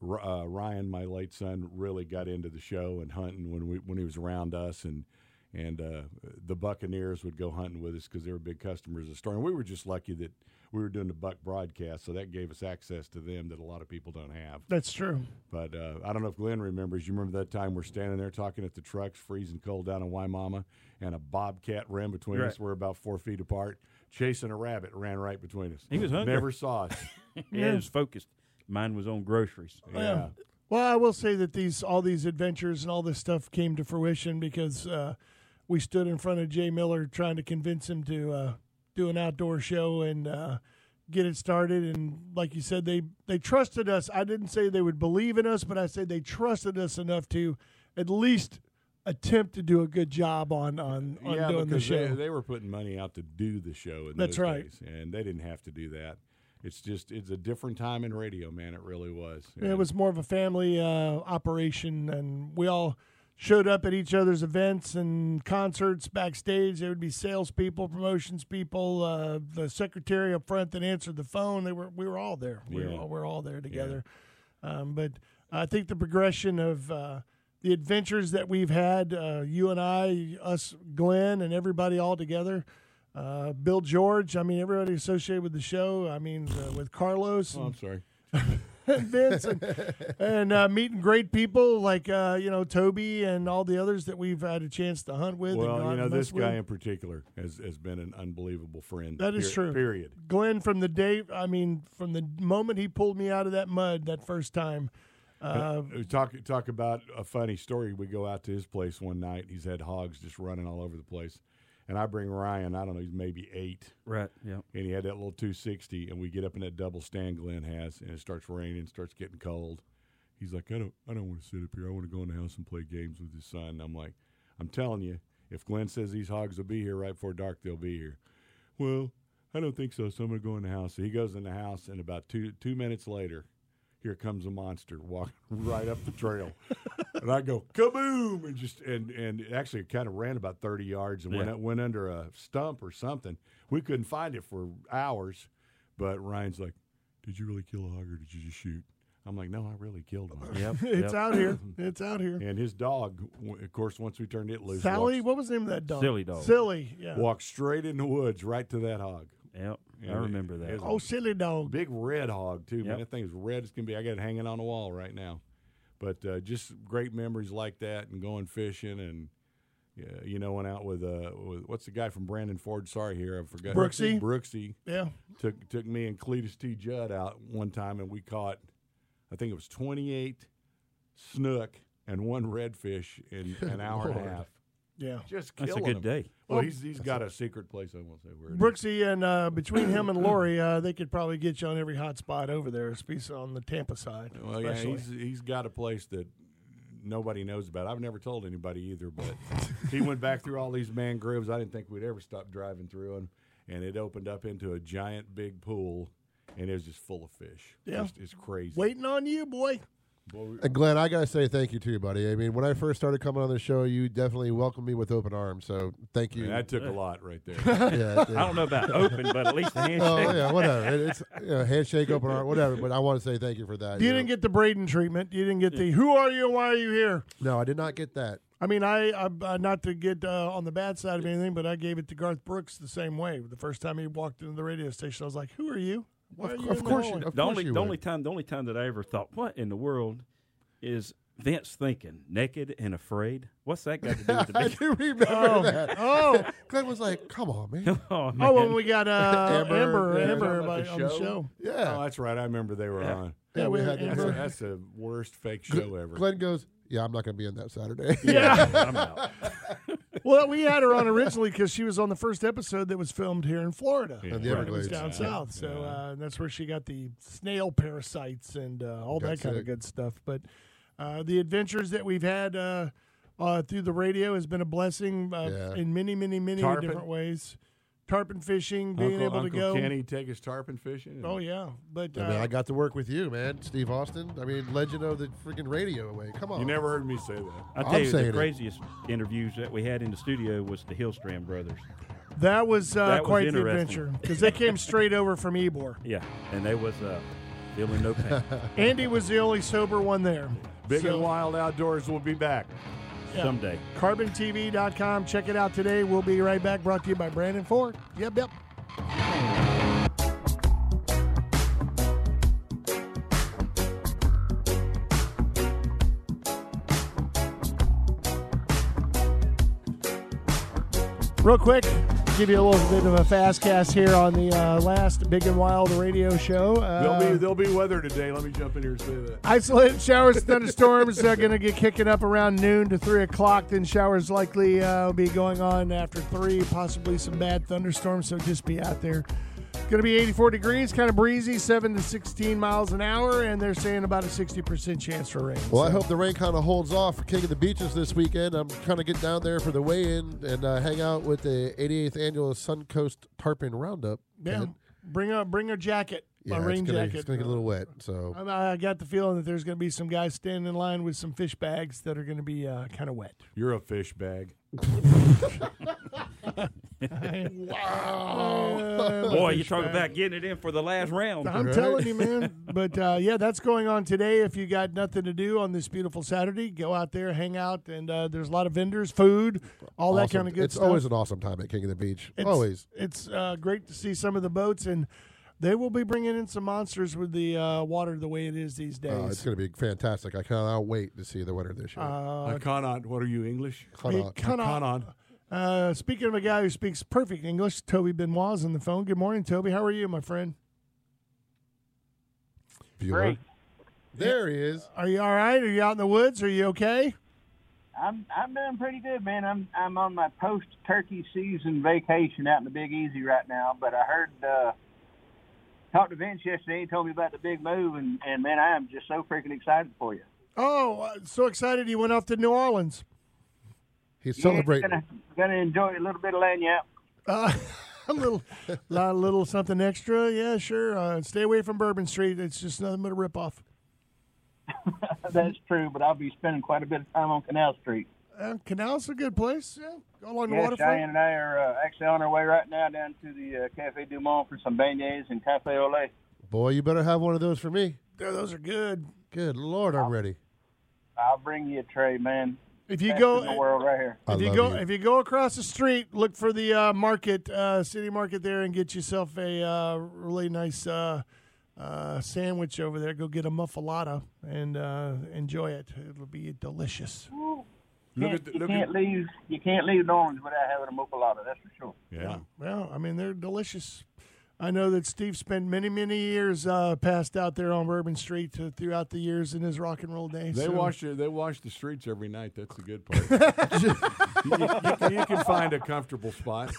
[SPEAKER 5] R- uh, Ryan, my late son, really got into the show and hunting when we when he was around us, and and uh, the Buccaneers would go hunting with us because they were big customers of Stern. We were just lucky that we were doing the Buck broadcast, so that gave us access to them that a lot of people don't have.
[SPEAKER 2] That's true.
[SPEAKER 5] But uh, I don't know if Glenn remembers. You remember that time we're standing there talking at the trucks, freezing cold down in Waimama, and a bobcat ran between
[SPEAKER 4] Right.
[SPEAKER 5] us. We're about four feet apart, chasing a rabbit, ran right between us.
[SPEAKER 4] He was hungry.
[SPEAKER 5] Never saw us.
[SPEAKER 4] Yeah. It was focused. Mine was on groceries.
[SPEAKER 5] yeah.
[SPEAKER 2] Well, I will say that these all these adventures and all this stuff came to fruition because uh, we stood in front of Jay Miller trying to convince him to uh, do an outdoor show and uh, get it started. And like you said, they they trusted us. I didn't say they would believe in us, but I said they trusted us enough to at least attempt to do a good job on on, (laughs) on
[SPEAKER 5] yeah,
[SPEAKER 2] doing the
[SPEAKER 5] because
[SPEAKER 2] show.
[SPEAKER 5] They, they were putting money out to do the show. In
[SPEAKER 2] That's
[SPEAKER 5] those
[SPEAKER 2] right.
[SPEAKER 5] days, and they didn't have to do that. It's just it's a different time in radio, man. It really was.
[SPEAKER 2] It
[SPEAKER 5] And-
[SPEAKER 2] was more of a family uh, operation, and we all showed up at each other's events and concerts backstage. There would be salespeople, promotions people, uh, the secretary up front that answered the phone. They were we were all there. We were
[SPEAKER 5] Yeah.
[SPEAKER 2] all, we were all there together. Um, but I think the progression of uh, the adventures that we've had, uh, you and I, us, Glenn, and everybody all together. Uh, Bill George, I mean, everybody associated with the show. I mean, uh, with Carlos
[SPEAKER 5] Oh, I'm sorry.
[SPEAKER 2] and Vince,
[SPEAKER 5] (laughs)
[SPEAKER 2] and, and uh, meeting great people like uh, you know Toby and all the others that we've had a chance to hunt with. and
[SPEAKER 5] Well,
[SPEAKER 2] gone
[SPEAKER 5] you know,
[SPEAKER 2] and
[SPEAKER 5] this
[SPEAKER 2] messed with.
[SPEAKER 5] guy in particular has, has been an unbelievable friend.
[SPEAKER 2] That is
[SPEAKER 5] Peri-
[SPEAKER 2] true.
[SPEAKER 5] Period.
[SPEAKER 2] Glenn, from the day, I mean, from the moment he pulled me out of that mud that first time, (laughs) uh,
[SPEAKER 5] Uh, talk talk about a funny story. We go out to his place one night. He's had hogs just running all over the place, and I bring Ryan. I don't know. He's maybe eight,
[SPEAKER 4] Right. Yep.
[SPEAKER 5] and he had that little 260. And we get up in that double stand Glenn has, and it starts raining, starts getting cold. He's like, I don't, I don't want to sit up here. I want to go in the house and play games with his son. And I'm like, I'm telling you, if Glenn says these hogs will be here right before dark, they'll be here. Well, I don't think so. So I'm gonna go in the house. So he goes in the house, and about two two minutes later, here comes a monster walking (laughs) right up the
[SPEAKER 4] (laughs)
[SPEAKER 5] trail, and I go kaboom, and just and and it actually kind of ran about thirty yards and
[SPEAKER 4] Yeah.
[SPEAKER 5] went went under a stump or something. We couldn't find it for hours, but Ryan's like, "Did you really kill a hog or did you just shoot?" I'm like, "No, I really killed one."
[SPEAKER 4] Yep.
[SPEAKER 2] (laughs) it's
[SPEAKER 4] yep.
[SPEAKER 2] out here. It's out here.
[SPEAKER 5] And his dog, w- of course, once we turned it loose,
[SPEAKER 2] Sally,
[SPEAKER 5] walked,
[SPEAKER 2] what was the name of that dog?
[SPEAKER 4] Silly dog.
[SPEAKER 2] Silly, yeah.
[SPEAKER 5] walked straight in the woods, right to that hog.
[SPEAKER 4] Yep. I
[SPEAKER 5] Yeah,
[SPEAKER 4] remember
[SPEAKER 5] it-
[SPEAKER 4] that.
[SPEAKER 5] it's
[SPEAKER 2] Oh, silly dog.
[SPEAKER 5] Big red hog too,
[SPEAKER 4] Yep.
[SPEAKER 5] man. That thing is red as can be. I got it hanging on the wall right now. But uh, just great memories like that, and going fishing, and yeah, you know, went out with uh, with, what's the guy from Brandon Ford? Sorry, here I forgot.
[SPEAKER 2] Brooksy.
[SPEAKER 5] Brooksy
[SPEAKER 2] Yeah.
[SPEAKER 5] took took me and Cletus T. Judd out one time, and we caught, I think it was twenty eight snook and one redfish
[SPEAKER 4] (laughs)
[SPEAKER 5] in an hour and a half.
[SPEAKER 2] Yeah.
[SPEAKER 5] Just
[SPEAKER 4] That's a
[SPEAKER 5] killing
[SPEAKER 4] good
[SPEAKER 5] 'em.
[SPEAKER 4] day.
[SPEAKER 5] Well, he's he's got a secret place. I won't say where. it is.
[SPEAKER 2] Brooksy and uh, between him and Lori, uh, they could probably get you on every hot spot over there, especially on the Tampa side.
[SPEAKER 5] Well,
[SPEAKER 2] especially.
[SPEAKER 5] yeah, he's he's got a place that nobody knows about. I've never told anybody either, but he went back through all these mangroves. I didn't think we'd ever stop driving through them, and it opened up into a giant big pool, and it was just full of fish.
[SPEAKER 2] Yeah.
[SPEAKER 5] Just- it's crazy.
[SPEAKER 2] waiting on you, boy.
[SPEAKER 3] And Uh, Glenn, I gotta say thank you to you, buddy. I mean, when I first started coming on the show, you definitely welcomed me with open arms. So thank you.
[SPEAKER 5] Man,
[SPEAKER 3] (laughs)
[SPEAKER 5] that took a lot right
[SPEAKER 2] (laughs)
[SPEAKER 5] there.
[SPEAKER 3] yeah,
[SPEAKER 4] (laughs) I
[SPEAKER 3] yeah.
[SPEAKER 4] don't know about open, but at least the handshake.
[SPEAKER 3] Oh yeah, whatever. It- It's you know, handshake, open arm, whatever. But I want to say thank you for that.
[SPEAKER 2] You
[SPEAKER 3] know.
[SPEAKER 2] didn't get the Braden treatment. You didn't get the who are you and why are you here?
[SPEAKER 3] no, I did not get that.
[SPEAKER 2] I mean, I, I I- not to get uh, on the bad side of anything, but I gave it to Garth Brooks the same way. The first time he walked into the radio station, I was like, "Who are you? Why are
[SPEAKER 3] Of,
[SPEAKER 2] you
[SPEAKER 3] of
[SPEAKER 2] in the
[SPEAKER 3] course, you,
[SPEAKER 2] hallway?"
[SPEAKER 3] of
[SPEAKER 4] the
[SPEAKER 3] course
[SPEAKER 4] only
[SPEAKER 3] you
[SPEAKER 4] the
[SPEAKER 3] would.
[SPEAKER 4] only time the only time that I ever thought, what in the world is Vince thinking? Naked and afraid? What's that got to do with
[SPEAKER 3] I (laughs)
[SPEAKER 4] the (laughs)
[SPEAKER 3] do remember
[SPEAKER 2] Oh,
[SPEAKER 3] that.
[SPEAKER 2] oh,
[SPEAKER 3] (laughs)
[SPEAKER 2] (laughs)
[SPEAKER 3] Glenn was like, "Come on, man."
[SPEAKER 4] Oh, man.
[SPEAKER 2] oh! When we got uh,
[SPEAKER 3] Amber,
[SPEAKER 2] Amber, Amber,
[SPEAKER 3] yeah.
[SPEAKER 2] by- on the show.
[SPEAKER 3] (laughs) Yeah.
[SPEAKER 5] Oh, that's right. I remember they were
[SPEAKER 4] Yeah.
[SPEAKER 5] on.
[SPEAKER 3] Yeah, we
[SPEAKER 2] we
[SPEAKER 3] had
[SPEAKER 5] That's,
[SPEAKER 2] Amber.
[SPEAKER 5] that's the worst fake show ever.
[SPEAKER 3] Glenn goes, "Yeah, I'm not going to be on that Saturday." (laughs)
[SPEAKER 2] (laughs) Yeah.
[SPEAKER 4] I'm out.
[SPEAKER 2] well, we had her on originally because she was on the first episode that was filmed here in Florida.
[SPEAKER 5] Yeah.
[SPEAKER 3] And the
[SPEAKER 2] It was
[SPEAKER 3] Everglades.
[SPEAKER 2] down
[SPEAKER 5] Yeah.
[SPEAKER 2] south, so
[SPEAKER 5] Yeah.
[SPEAKER 2] uh, that's where she got the snail parasites and uh, all that
[SPEAKER 3] Got
[SPEAKER 2] kind of
[SPEAKER 3] sick.
[SPEAKER 2] good stuff. But uh, the adventures that we've had uh, uh, through the radio has been a blessing uh,
[SPEAKER 3] Yeah.
[SPEAKER 2] in many, many, many
[SPEAKER 5] Tarpon.
[SPEAKER 2] different ways. Tarpon fishing, being
[SPEAKER 5] Uncle,
[SPEAKER 2] able
[SPEAKER 5] Uncle
[SPEAKER 2] to go.
[SPEAKER 5] Kenny take his tarpon fishing. and-
[SPEAKER 2] Oh yeah, but uh,
[SPEAKER 3] I mean, I got to work with you, man, Steve Austin. I mean, legend of the freaking radio away. Come on,
[SPEAKER 5] You never heard me say that.
[SPEAKER 4] I tell
[SPEAKER 3] I'm
[SPEAKER 4] you,
[SPEAKER 3] saying
[SPEAKER 4] the
[SPEAKER 3] it.
[SPEAKER 4] craziest interviews that we had in the studio was the Hillstrand brothers.
[SPEAKER 2] that was uh,
[SPEAKER 4] That was
[SPEAKER 2] quite the
[SPEAKER 4] interesting.
[SPEAKER 2] adventure because they came straight over from Ebor.
[SPEAKER 4] Yeah, and they was uh, feeling
[SPEAKER 2] (laughs)
[SPEAKER 4] no pain.
[SPEAKER 2] Andy was the only sober one there.
[SPEAKER 5] Big
[SPEAKER 2] So,
[SPEAKER 5] and Wild Outdoors will be back.
[SPEAKER 2] yeah.
[SPEAKER 4] Someday.
[SPEAKER 2] CarbonTV.com. Check it out today. We'll be right back. Brought to you by Brandon Ford. Yep, yep. Real quick, give you a little bit of a fast cast here on the uh, last Big and Wild radio show. Uh,
[SPEAKER 5] There'll be there'll be weather today. Let me jump in here and say that.
[SPEAKER 2] Isolated showers, thunderstorms are going to get kicking up around noon to 3 o'clock. Then showers likely uh, will be going on after 3, possibly some bad thunderstorms, so just be out there. Going to be 84 degrees, kind of breezy, 7 to 16 miles an hour, and they're saying about a 60% chance for rain.
[SPEAKER 3] Well, I hope the rain kind of holds off for King of the Beaches this weekend. I'm trying to get down there for the weigh-in and uh, hang out with the 88th annual Suncoast Tarpon Roundup.
[SPEAKER 2] yeah,
[SPEAKER 3] And-
[SPEAKER 2] bring a bring a jacket,
[SPEAKER 3] yeah,
[SPEAKER 2] a
[SPEAKER 3] it's
[SPEAKER 2] rain
[SPEAKER 3] gonna,
[SPEAKER 2] jacket.
[SPEAKER 3] It's going to get a little wet. So
[SPEAKER 2] I, I got the feeling that there's going to be some guys standing in line with some fish bags that are going to be uh, kind of wet.
[SPEAKER 5] You're a fish bag.
[SPEAKER 3] Oh. (laughs)
[SPEAKER 4] Boy, you talk about getting it in for the last round.
[SPEAKER 2] I'm telling you, man. But uh, yeah, that's going on today. If you got nothing to do on this beautiful Saturday, go out there, hang out, and uh, there's a lot of vendors, food, all that
[SPEAKER 3] Awesome.
[SPEAKER 2] kind of good
[SPEAKER 3] It's
[SPEAKER 2] stuff.
[SPEAKER 3] always an awesome time at King of the Beach.
[SPEAKER 2] It's-
[SPEAKER 3] always.
[SPEAKER 2] It's uh, great to see some of the boats, and they will be bringing in some monsters with the uh, water the way it is these days.
[SPEAKER 3] Uh, it's going to be fantastic. I cannot wait to see the winner this year.
[SPEAKER 2] Uh,
[SPEAKER 5] I cannot. What are you English?
[SPEAKER 3] Cannot.
[SPEAKER 2] Be- cannot.
[SPEAKER 5] Cannot.
[SPEAKER 2] Uh, speaking of a guy who speaks perfect English, Toby Benoit is on the phone. Good morning, Toby. How are you, my friend?
[SPEAKER 3] Bueller.
[SPEAKER 6] Great.
[SPEAKER 3] There he is.
[SPEAKER 2] Are you all right? Are you out in the woods? Are you okay?
[SPEAKER 6] I'm I'm doing pretty good, man. I'm I'm on my post turkey season vacation out in the Big Easy right now. But I heard uh, talked to Vince yesterday. He told me about the big move, and and man, I am just so freaking excited for you.
[SPEAKER 2] Oh, uh, so excited he went off to New Orleans.
[SPEAKER 3] He's
[SPEAKER 6] Yeah,
[SPEAKER 3] celebrating.
[SPEAKER 6] Gonna, gonna enjoy a little bit of lagniappe.
[SPEAKER 2] Uh, (laughs) a little, lot, little something extra. Yeah, sure. Uh, stay away from Bourbon Street. It's just nothing but a ripoff.
[SPEAKER 6] That's true, but I'll be spending quite a bit of time on Canal Street.
[SPEAKER 2] Uh, Canal's a good place. Yeah, go along the
[SPEAKER 6] Yeah,
[SPEAKER 2] waterfront.
[SPEAKER 6] Cheyenne and I are uh, actually on our way right now down to the uh, Cafe Du Monde for some beignets and cafe au lait.
[SPEAKER 3] Boy, you better have one of those for me.
[SPEAKER 2] Yeah, those are good.
[SPEAKER 3] Good Lord, I'm ready.
[SPEAKER 6] I'll bring you a tray, man.
[SPEAKER 2] If you
[SPEAKER 6] Best in the
[SPEAKER 2] go,
[SPEAKER 6] world right here.
[SPEAKER 3] I
[SPEAKER 2] if you
[SPEAKER 3] love
[SPEAKER 2] go,
[SPEAKER 3] you.
[SPEAKER 2] if you go across the street, look for the uh, market, uh, city market there, and get yourself a uh, really nice uh, uh, sandwich over there. Go get a muffalata and uh, enjoy it. It'll be delicious.
[SPEAKER 5] Look
[SPEAKER 6] Can't-
[SPEAKER 5] at the,
[SPEAKER 6] you
[SPEAKER 5] look
[SPEAKER 6] can't
[SPEAKER 5] at
[SPEAKER 6] leave you can't leave New Orleans without having a mocalata, that's for sure.
[SPEAKER 5] yeah.
[SPEAKER 2] Well, I mean, they're delicious. I know that Steve spent many, many years uh, passed out there on Bourbon Street uh throughout the years in his rock and roll days.
[SPEAKER 5] They
[SPEAKER 2] so-
[SPEAKER 5] wash the, they wash the streets every night. That's the good
[SPEAKER 2] (laughs)
[SPEAKER 5] part. you, you can- you can find a comfortable spot.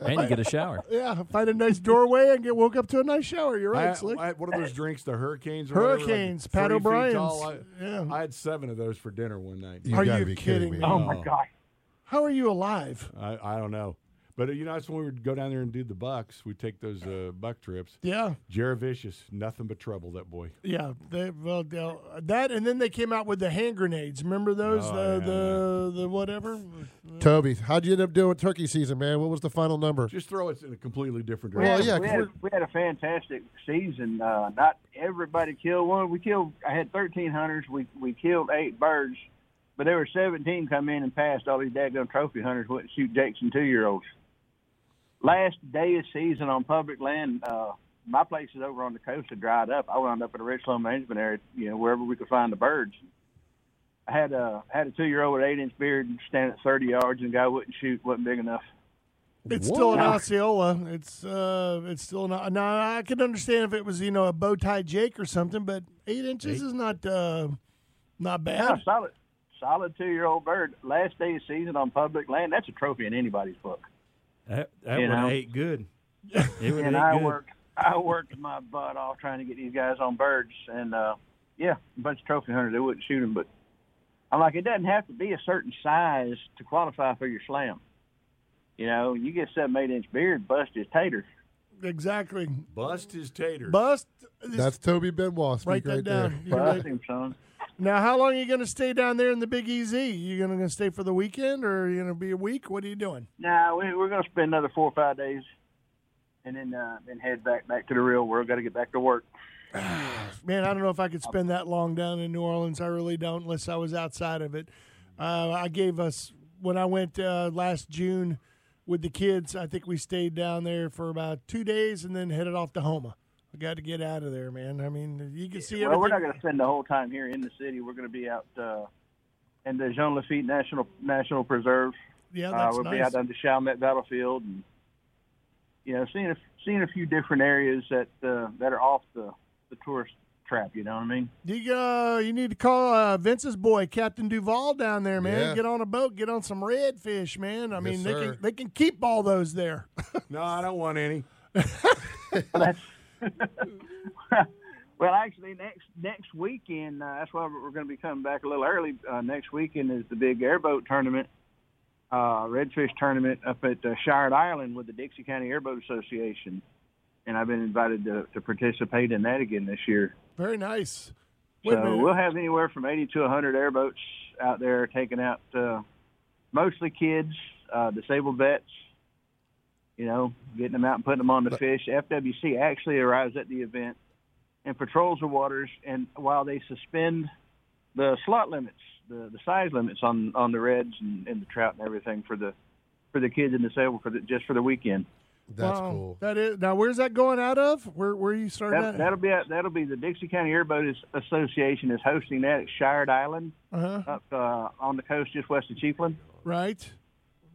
[SPEAKER 7] and you get a shower.
[SPEAKER 2] Yeah, find a nice doorway and get woke up to a nice shower. You're (laughs) right,
[SPEAKER 5] I-
[SPEAKER 2] Slick.
[SPEAKER 5] I had one of those drinks, the hurricanes. Or
[SPEAKER 2] Hurricanes, Pat
[SPEAKER 5] whatever, like three feet tall.
[SPEAKER 2] O'Brien's.
[SPEAKER 5] I,
[SPEAKER 2] Yeah.
[SPEAKER 5] I had seven of those for dinner one night.
[SPEAKER 3] You
[SPEAKER 2] Are
[SPEAKER 3] gotta
[SPEAKER 2] you
[SPEAKER 3] be
[SPEAKER 2] kidding
[SPEAKER 3] kidding me?
[SPEAKER 2] me?
[SPEAKER 6] Oh my gosh.
[SPEAKER 2] How are you alive?
[SPEAKER 5] I, I don't know, but uh, you know that's when we would go down there and do the bucks. We would take those uh, buck trips.
[SPEAKER 2] Yeah,
[SPEAKER 5] Jared Vicious, nothing but trouble. That boy.
[SPEAKER 2] yeah. They, well, they'll- that and then they came out with the hand grenades. Remember those?
[SPEAKER 5] Oh,
[SPEAKER 2] the
[SPEAKER 5] yeah,
[SPEAKER 2] the the whatever.
[SPEAKER 3] Toby, how'd you end up doing turkey season, man? What was the final number?
[SPEAKER 5] Just throw it in a completely different
[SPEAKER 6] We had,
[SPEAKER 5] direction.
[SPEAKER 3] Well, yeah, 'cause
[SPEAKER 6] we had,
[SPEAKER 3] we're-
[SPEAKER 6] we had a fantastic season. Uh, not everybody killed one. We killed. I had thirteen hunters. We we killed eight birds, but there were seventeen come in and passed. All these daggone trophy hunters went and shoot jakes and two year olds. Last day of season on public land. Uh, my place is over on the coast. It dried up. I wound up in a richland management area. You know wherever we could find the birds. I had a I had a two year old with eight inch beard and stand at thirty yards and the guy wouldn't shoot. wasn't big enough.
[SPEAKER 2] It's still an Osceola. It's uh, it's still not. Now I could understand if it was you know a bow tie Jake or something, but eight inches is not uh, not
[SPEAKER 6] Yeah,
[SPEAKER 2] bad.
[SPEAKER 6] solid, solid two-year-old bird. Last day of season on public land. That's a trophy in anybody's book.
[SPEAKER 4] That, that
[SPEAKER 6] You
[SPEAKER 4] would
[SPEAKER 6] know.
[SPEAKER 4] have
[SPEAKER 6] (laughs)
[SPEAKER 4] ate good. It would
[SPEAKER 6] And
[SPEAKER 4] have
[SPEAKER 6] I
[SPEAKER 4] ate good.
[SPEAKER 6] worked, I worked my butt off trying to get these guys on birds, and uh, yeah, a bunch of trophy hunters. They wouldn't shoot them, but I'm like, it doesn't have to be a certain size to qualify for your slam. You know, you get seven, eight-inch beard, bust is tater.
[SPEAKER 2] Exactly.
[SPEAKER 5] Bust his taters.
[SPEAKER 2] Bust.
[SPEAKER 3] That's Toby Benoit. Speak
[SPEAKER 2] write that
[SPEAKER 3] right
[SPEAKER 2] down.
[SPEAKER 3] there.
[SPEAKER 2] You're gonna-
[SPEAKER 6] Bust him, son.
[SPEAKER 2] Now, how long are you going to stay down there in the Big Easy? You going to stay for the weekend, or you going to be a week? What are you doing?
[SPEAKER 6] Nah, we, we're going to spend another four or five days, and then uh, then head back back to the real world. Got to get back to work.
[SPEAKER 2] Man, I don't know if I could spend that long down in New Orleans. I really don't, unless I was outside of it. Uh, I gave us when I went uh, last June with the kids. I think we stayed down there for about two days and then headed off to Homa. I got to get out of there, man. I mean, you can see everything.
[SPEAKER 6] Well, we're not going to spend the whole time here in the city. We're going to be out uh, in the Jean Lafitte National National Preserve. uh,
[SPEAKER 2] yeah, Oh, that's
[SPEAKER 6] we'll be
[SPEAKER 2] nice.
[SPEAKER 6] out on the Chalmette Battlefield, and you know, seeing a, seeing a few different areas that uh, that are off the the tourist trap. You know what I mean?
[SPEAKER 2] You, uh, you need to call uh, Vince's boy, Captain Duval, down there, man.
[SPEAKER 3] Yeah.
[SPEAKER 2] Get on a boat, get on some redfish, man. I
[SPEAKER 3] Yes,
[SPEAKER 2] mean, they
[SPEAKER 3] sir.
[SPEAKER 2] can they can keep all those there. (laughs)
[SPEAKER 5] No, I don't want any.
[SPEAKER 6] (laughs) Well, actually, next next weekend, uh, that's why we're going to be coming back a little early. Uh, next weekend is the big airboat tournament, uh, redfish tournament up at uh, Shired Island with the Dixie County Airboat Association, and I've been invited to, to participate in that again this year.
[SPEAKER 2] Very nice. Wait a
[SPEAKER 6] So
[SPEAKER 2] minute.
[SPEAKER 6] we'll have anywhere from 80 to 100 airboats out there taking out uh, mostly kids, uh, disabled vets. You know, getting them out and putting them on the fish. FWC actually arrives at the event and patrols the waters. And while they suspend the slot limits, the, the size limits on on the reds and, and the trout and everything for the for the kids and disabled for the, just for the weekend.
[SPEAKER 3] That's
[SPEAKER 2] Wow.
[SPEAKER 3] cool.
[SPEAKER 2] That is now. Where's that going out of? Where where you starting?
[SPEAKER 6] That, that'll be at, that'll be the Dixie County Airboat Association is hosting that at Shired Island
[SPEAKER 3] Uh-huh.
[SPEAKER 2] uh
[SPEAKER 6] up uh, on the coast just west of Chiefland.
[SPEAKER 2] Right.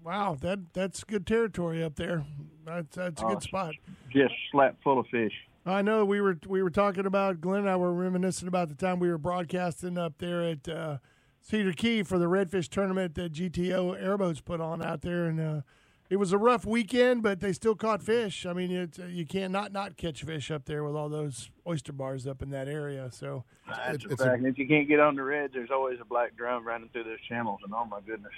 [SPEAKER 2] Wow. That that's good territory up there. That's that's a
[SPEAKER 6] Oh.
[SPEAKER 2] good spot.
[SPEAKER 6] Just slap full of fish.
[SPEAKER 2] I know we were we were talking about Glenn and I were reminiscing about the time we were broadcasting up there at uh, Cedar Key for the Redfish tournament that GTO Airboats put on out there, and uh, it was a rough weekend, but they still caught fish. I mean, it's uh, you can't not not catch fish up there with all those oyster bars up in that area. So
[SPEAKER 6] That's
[SPEAKER 3] it's
[SPEAKER 6] a
[SPEAKER 3] a-
[SPEAKER 6] fact. And if you can't get on the reds, there's always a black drum running through those channels, and oh my goodness,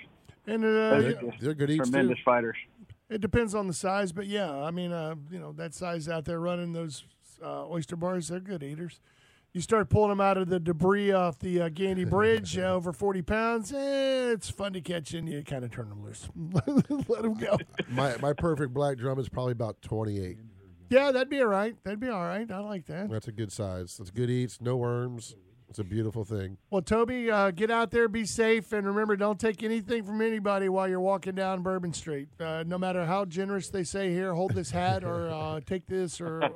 [SPEAKER 2] and
[SPEAKER 6] Those
[SPEAKER 2] uh,
[SPEAKER 6] are just
[SPEAKER 3] They're good eats too.
[SPEAKER 6] tremendous fighters.
[SPEAKER 2] It depends on the size, but yeah, I mean, uh, you know, that size out there running those uh, oyster bars, they're good eaters. You start pulling them out of the debris off the uh, Gandy Bridge, uh, over 40 pounds, eh, it's fun to catch, and you kind of turn them loose. (laughs) Let them go.
[SPEAKER 3] My my perfect black drum is probably about twenty eight.
[SPEAKER 2] Yeah, that'd be all right. That'd be all right. I like that.
[SPEAKER 3] That's a good size. It's good eats, no worms. It's a beautiful thing.
[SPEAKER 2] Well, Toby, uh, get out there, be safe, and remember, don't take anything from anybody while you're walking down Bourbon Street. Uh, no matter how generous they say here, hold this hat or uh, take this or. uh,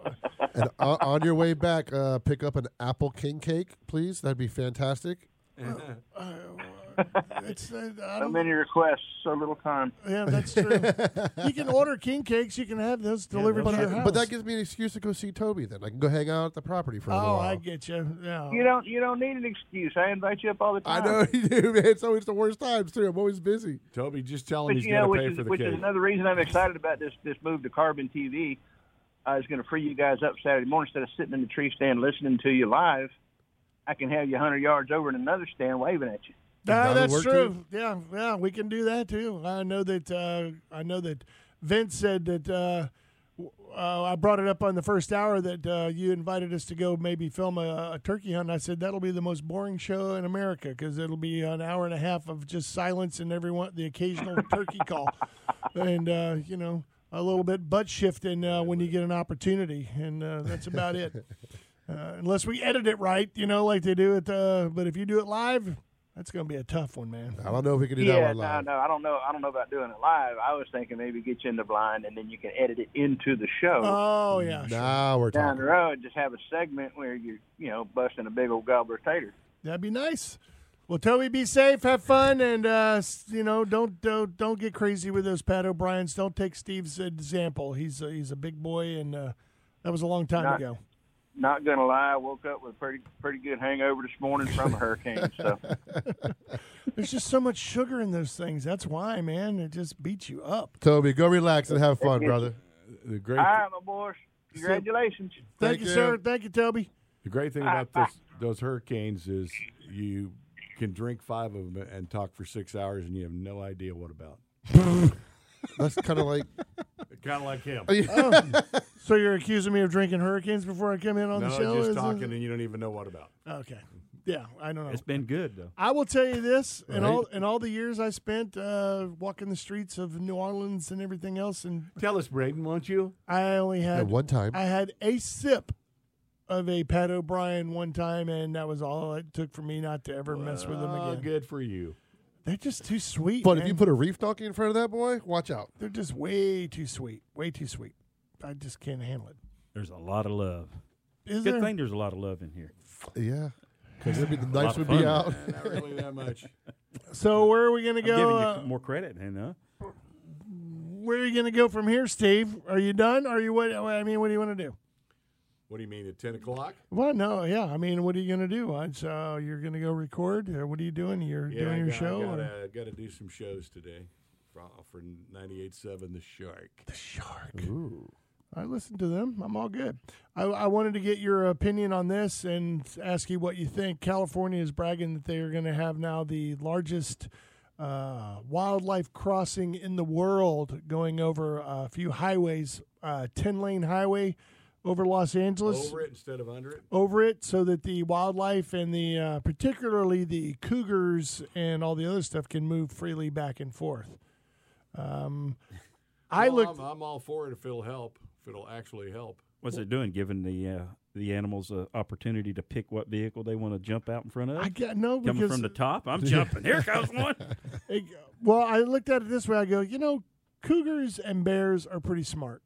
[SPEAKER 3] And o- uh, on your way back, uh, pick up an apple king cake, please. That'd be fantastic.
[SPEAKER 2] Uh, it's, uh,
[SPEAKER 6] So
[SPEAKER 2] I
[SPEAKER 3] Oh.
[SPEAKER 2] don't
[SPEAKER 6] many requests, so little time.
[SPEAKER 2] Yeah, that's true. you can order king cakes. You can have those delivered
[SPEAKER 4] those
[SPEAKER 2] to
[SPEAKER 4] are-
[SPEAKER 2] your house.
[SPEAKER 3] But that gives me an excuse to go see Toby. Then I can go hang out at the property for a little
[SPEAKER 2] oh,
[SPEAKER 3] while.
[SPEAKER 2] I get you. Yeah.
[SPEAKER 6] You don't you don't need an excuse. I invite you up all the
[SPEAKER 3] Oh. I
[SPEAKER 6] time.
[SPEAKER 3] know (laughs) you do, man. It's always the worst times too. I'm always busy.
[SPEAKER 5] Toby, just tell him
[SPEAKER 6] But
[SPEAKER 5] he's
[SPEAKER 6] you know,
[SPEAKER 5] going
[SPEAKER 6] which
[SPEAKER 5] to pay
[SPEAKER 6] is
[SPEAKER 5] for the
[SPEAKER 6] which
[SPEAKER 5] cake.
[SPEAKER 6] is another reason I'm excited about this this move to Carbon TV. Uh, it's going to free you guys up Saturday morning instead of sitting in the tree stand listening to you live. I can have you 100 yards over in another stand waving at you.
[SPEAKER 2] Nah,
[SPEAKER 3] That'll
[SPEAKER 2] Ah, that's
[SPEAKER 3] work,
[SPEAKER 2] true. Yeah, yeah, we can do that too. I know that. Uh, I know that Vince said that. Uh, w- uh, I brought it up on the first hour that uh, you invited us to go maybe film a, a turkey hunt. I said that'll be the most boring show in America because it'll be an hour and a half of just silence and everyone the occasional turkey call, and uh, you know a little bit butt shifting uh, when you get an opportunity, and uh, that's about it. Uh, unless we edit it right, you know, like they do it. Uh, but if you do it live, that's going to be a tough one, man.
[SPEAKER 3] I don't know if we can do that
[SPEAKER 6] Yeah,
[SPEAKER 3] one
[SPEAKER 6] no,
[SPEAKER 3] live.
[SPEAKER 6] no, I don't know. I don't know about doing it live. I was thinking maybe get you in the blind and then you can edit it into the show.
[SPEAKER 2] Oh yeah, sure.
[SPEAKER 3] Now we're
[SPEAKER 6] down the
[SPEAKER 3] talking.
[SPEAKER 6] road, just have a segment where you're, you know, busting a big old gobbler tater.
[SPEAKER 2] that'd be nice. Well, Toby, be safe, have fun, and uh, s- you know, don't don't don't get crazy with those Pat O'Briens. Don't take Steve's example. He's a, he's a big boy, and uh, that was a long time
[SPEAKER 6] Not-
[SPEAKER 2] ago.
[SPEAKER 6] Not gonna lie, I woke up with a pretty pretty good hangover this morning from a hurricane. So
[SPEAKER 2] There's just so much sugar in those things. That's why, man. It just beats you up.
[SPEAKER 3] Toby, go relax and
[SPEAKER 2] (laughs)
[SPEAKER 3] have fun, brother.
[SPEAKER 5] the great,
[SPEAKER 6] all right, my boys, congratulations.
[SPEAKER 2] Thank,
[SPEAKER 3] Thank
[SPEAKER 2] you,
[SPEAKER 3] you.
[SPEAKER 2] sir. Thank you, Toby.
[SPEAKER 5] the great thing about this, those hurricanes is you can drink five of them and talk for six hours, and you have no idea what about.
[SPEAKER 3] That's
[SPEAKER 2] (laughs)
[SPEAKER 3] kind of like
[SPEAKER 5] Kind of like him.
[SPEAKER 2] Oh,
[SPEAKER 3] (laughs)
[SPEAKER 2] So you're accusing me of drinking hurricanes before I come in on
[SPEAKER 5] No,
[SPEAKER 2] the show?
[SPEAKER 5] just
[SPEAKER 2] Is-
[SPEAKER 5] talking, and you don't even know what about.
[SPEAKER 2] Okay. Yeah, I don't know.
[SPEAKER 4] It's been good though.
[SPEAKER 2] I will tell you this: in
[SPEAKER 3] Right.
[SPEAKER 2] all in all the years I spent uh, walking the streets of New Orleans and everything else, and
[SPEAKER 5] Tell us, Braden, won't you?
[SPEAKER 2] I only
[SPEAKER 3] at
[SPEAKER 2] had
[SPEAKER 3] one time.
[SPEAKER 2] I had a sip of a Pat O'Brien one time, and that was all it took for me not to ever mess with them
[SPEAKER 5] Oh,
[SPEAKER 2] again.
[SPEAKER 5] good for you.
[SPEAKER 2] They're just too sweet.
[SPEAKER 3] But
[SPEAKER 2] man.
[SPEAKER 3] if you put a reef donkey in front of that boy, watch out.
[SPEAKER 2] they're just way too sweet, way too sweet. I just can't handle it.
[SPEAKER 4] There's a lot of love.
[SPEAKER 2] Is
[SPEAKER 4] Good
[SPEAKER 2] there?
[SPEAKER 4] thing there's a lot of love in here.
[SPEAKER 3] Yeah, because it'd be the
[SPEAKER 4] lot
[SPEAKER 3] knights would
[SPEAKER 4] of fun.
[SPEAKER 3] be out.
[SPEAKER 5] Not
[SPEAKER 4] (laughs)
[SPEAKER 5] really that much.
[SPEAKER 2] So where are we gonna
[SPEAKER 4] I'm giving
[SPEAKER 2] go? Uh,
[SPEAKER 4] you more credit, you know.
[SPEAKER 2] where are you gonna go from here, Steve? Are you done? Are you what? I mean, what do you want to do?
[SPEAKER 5] What do you mean at
[SPEAKER 2] (laughs)
[SPEAKER 5] ten o'clock?
[SPEAKER 2] Well, no, yeah. I mean, what are you going to do? I- So you're going to go record? Or what are you doing? You're doing your
[SPEAKER 5] I
[SPEAKER 2] show?
[SPEAKER 5] Got,
[SPEAKER 2] or-
[SPEAKER 5] I got to do some shows today for, for 98.7 The Shark.
[SPEAKER 2] the Shark. I listened to them. I'm all good. I, I wanted to get your opinion on this and ask you what you think. California is bragging that they are going to have now the largest uh, wildlife crossing in the world, going over a few highways, uh, ten lane highway over Los Angeles.
[SPEAKER 5] Over it instead of under it.
[SPEAKER 2] over it so that the wildlife and the uh, particularly the cougars and all the other stuff can move freely back and forth. Um, I
[SPEAKER 5] Well,
[SPEAKER 2] looked.
[SPEAKER 5] I'm, I'm all for it if it'll help. If it'll actually help.
[SPEAKER 4] What's it doing? Giving the uh, the animals an opportunity to pick what vehicle they want to jump out in front of.
[SPEAKER 2] I get no
[SPEAKER 4] Coming
[SPEAKER 2] because
[SPEAKER 4] from the top, I'm jumping. Here comes
[SPEAKER 2] (laughs)
[SPEAKER 4] one.
[SPEAKER 2] It- well, I looked at it this way. I go, you know, cougars and bears are pretty smart,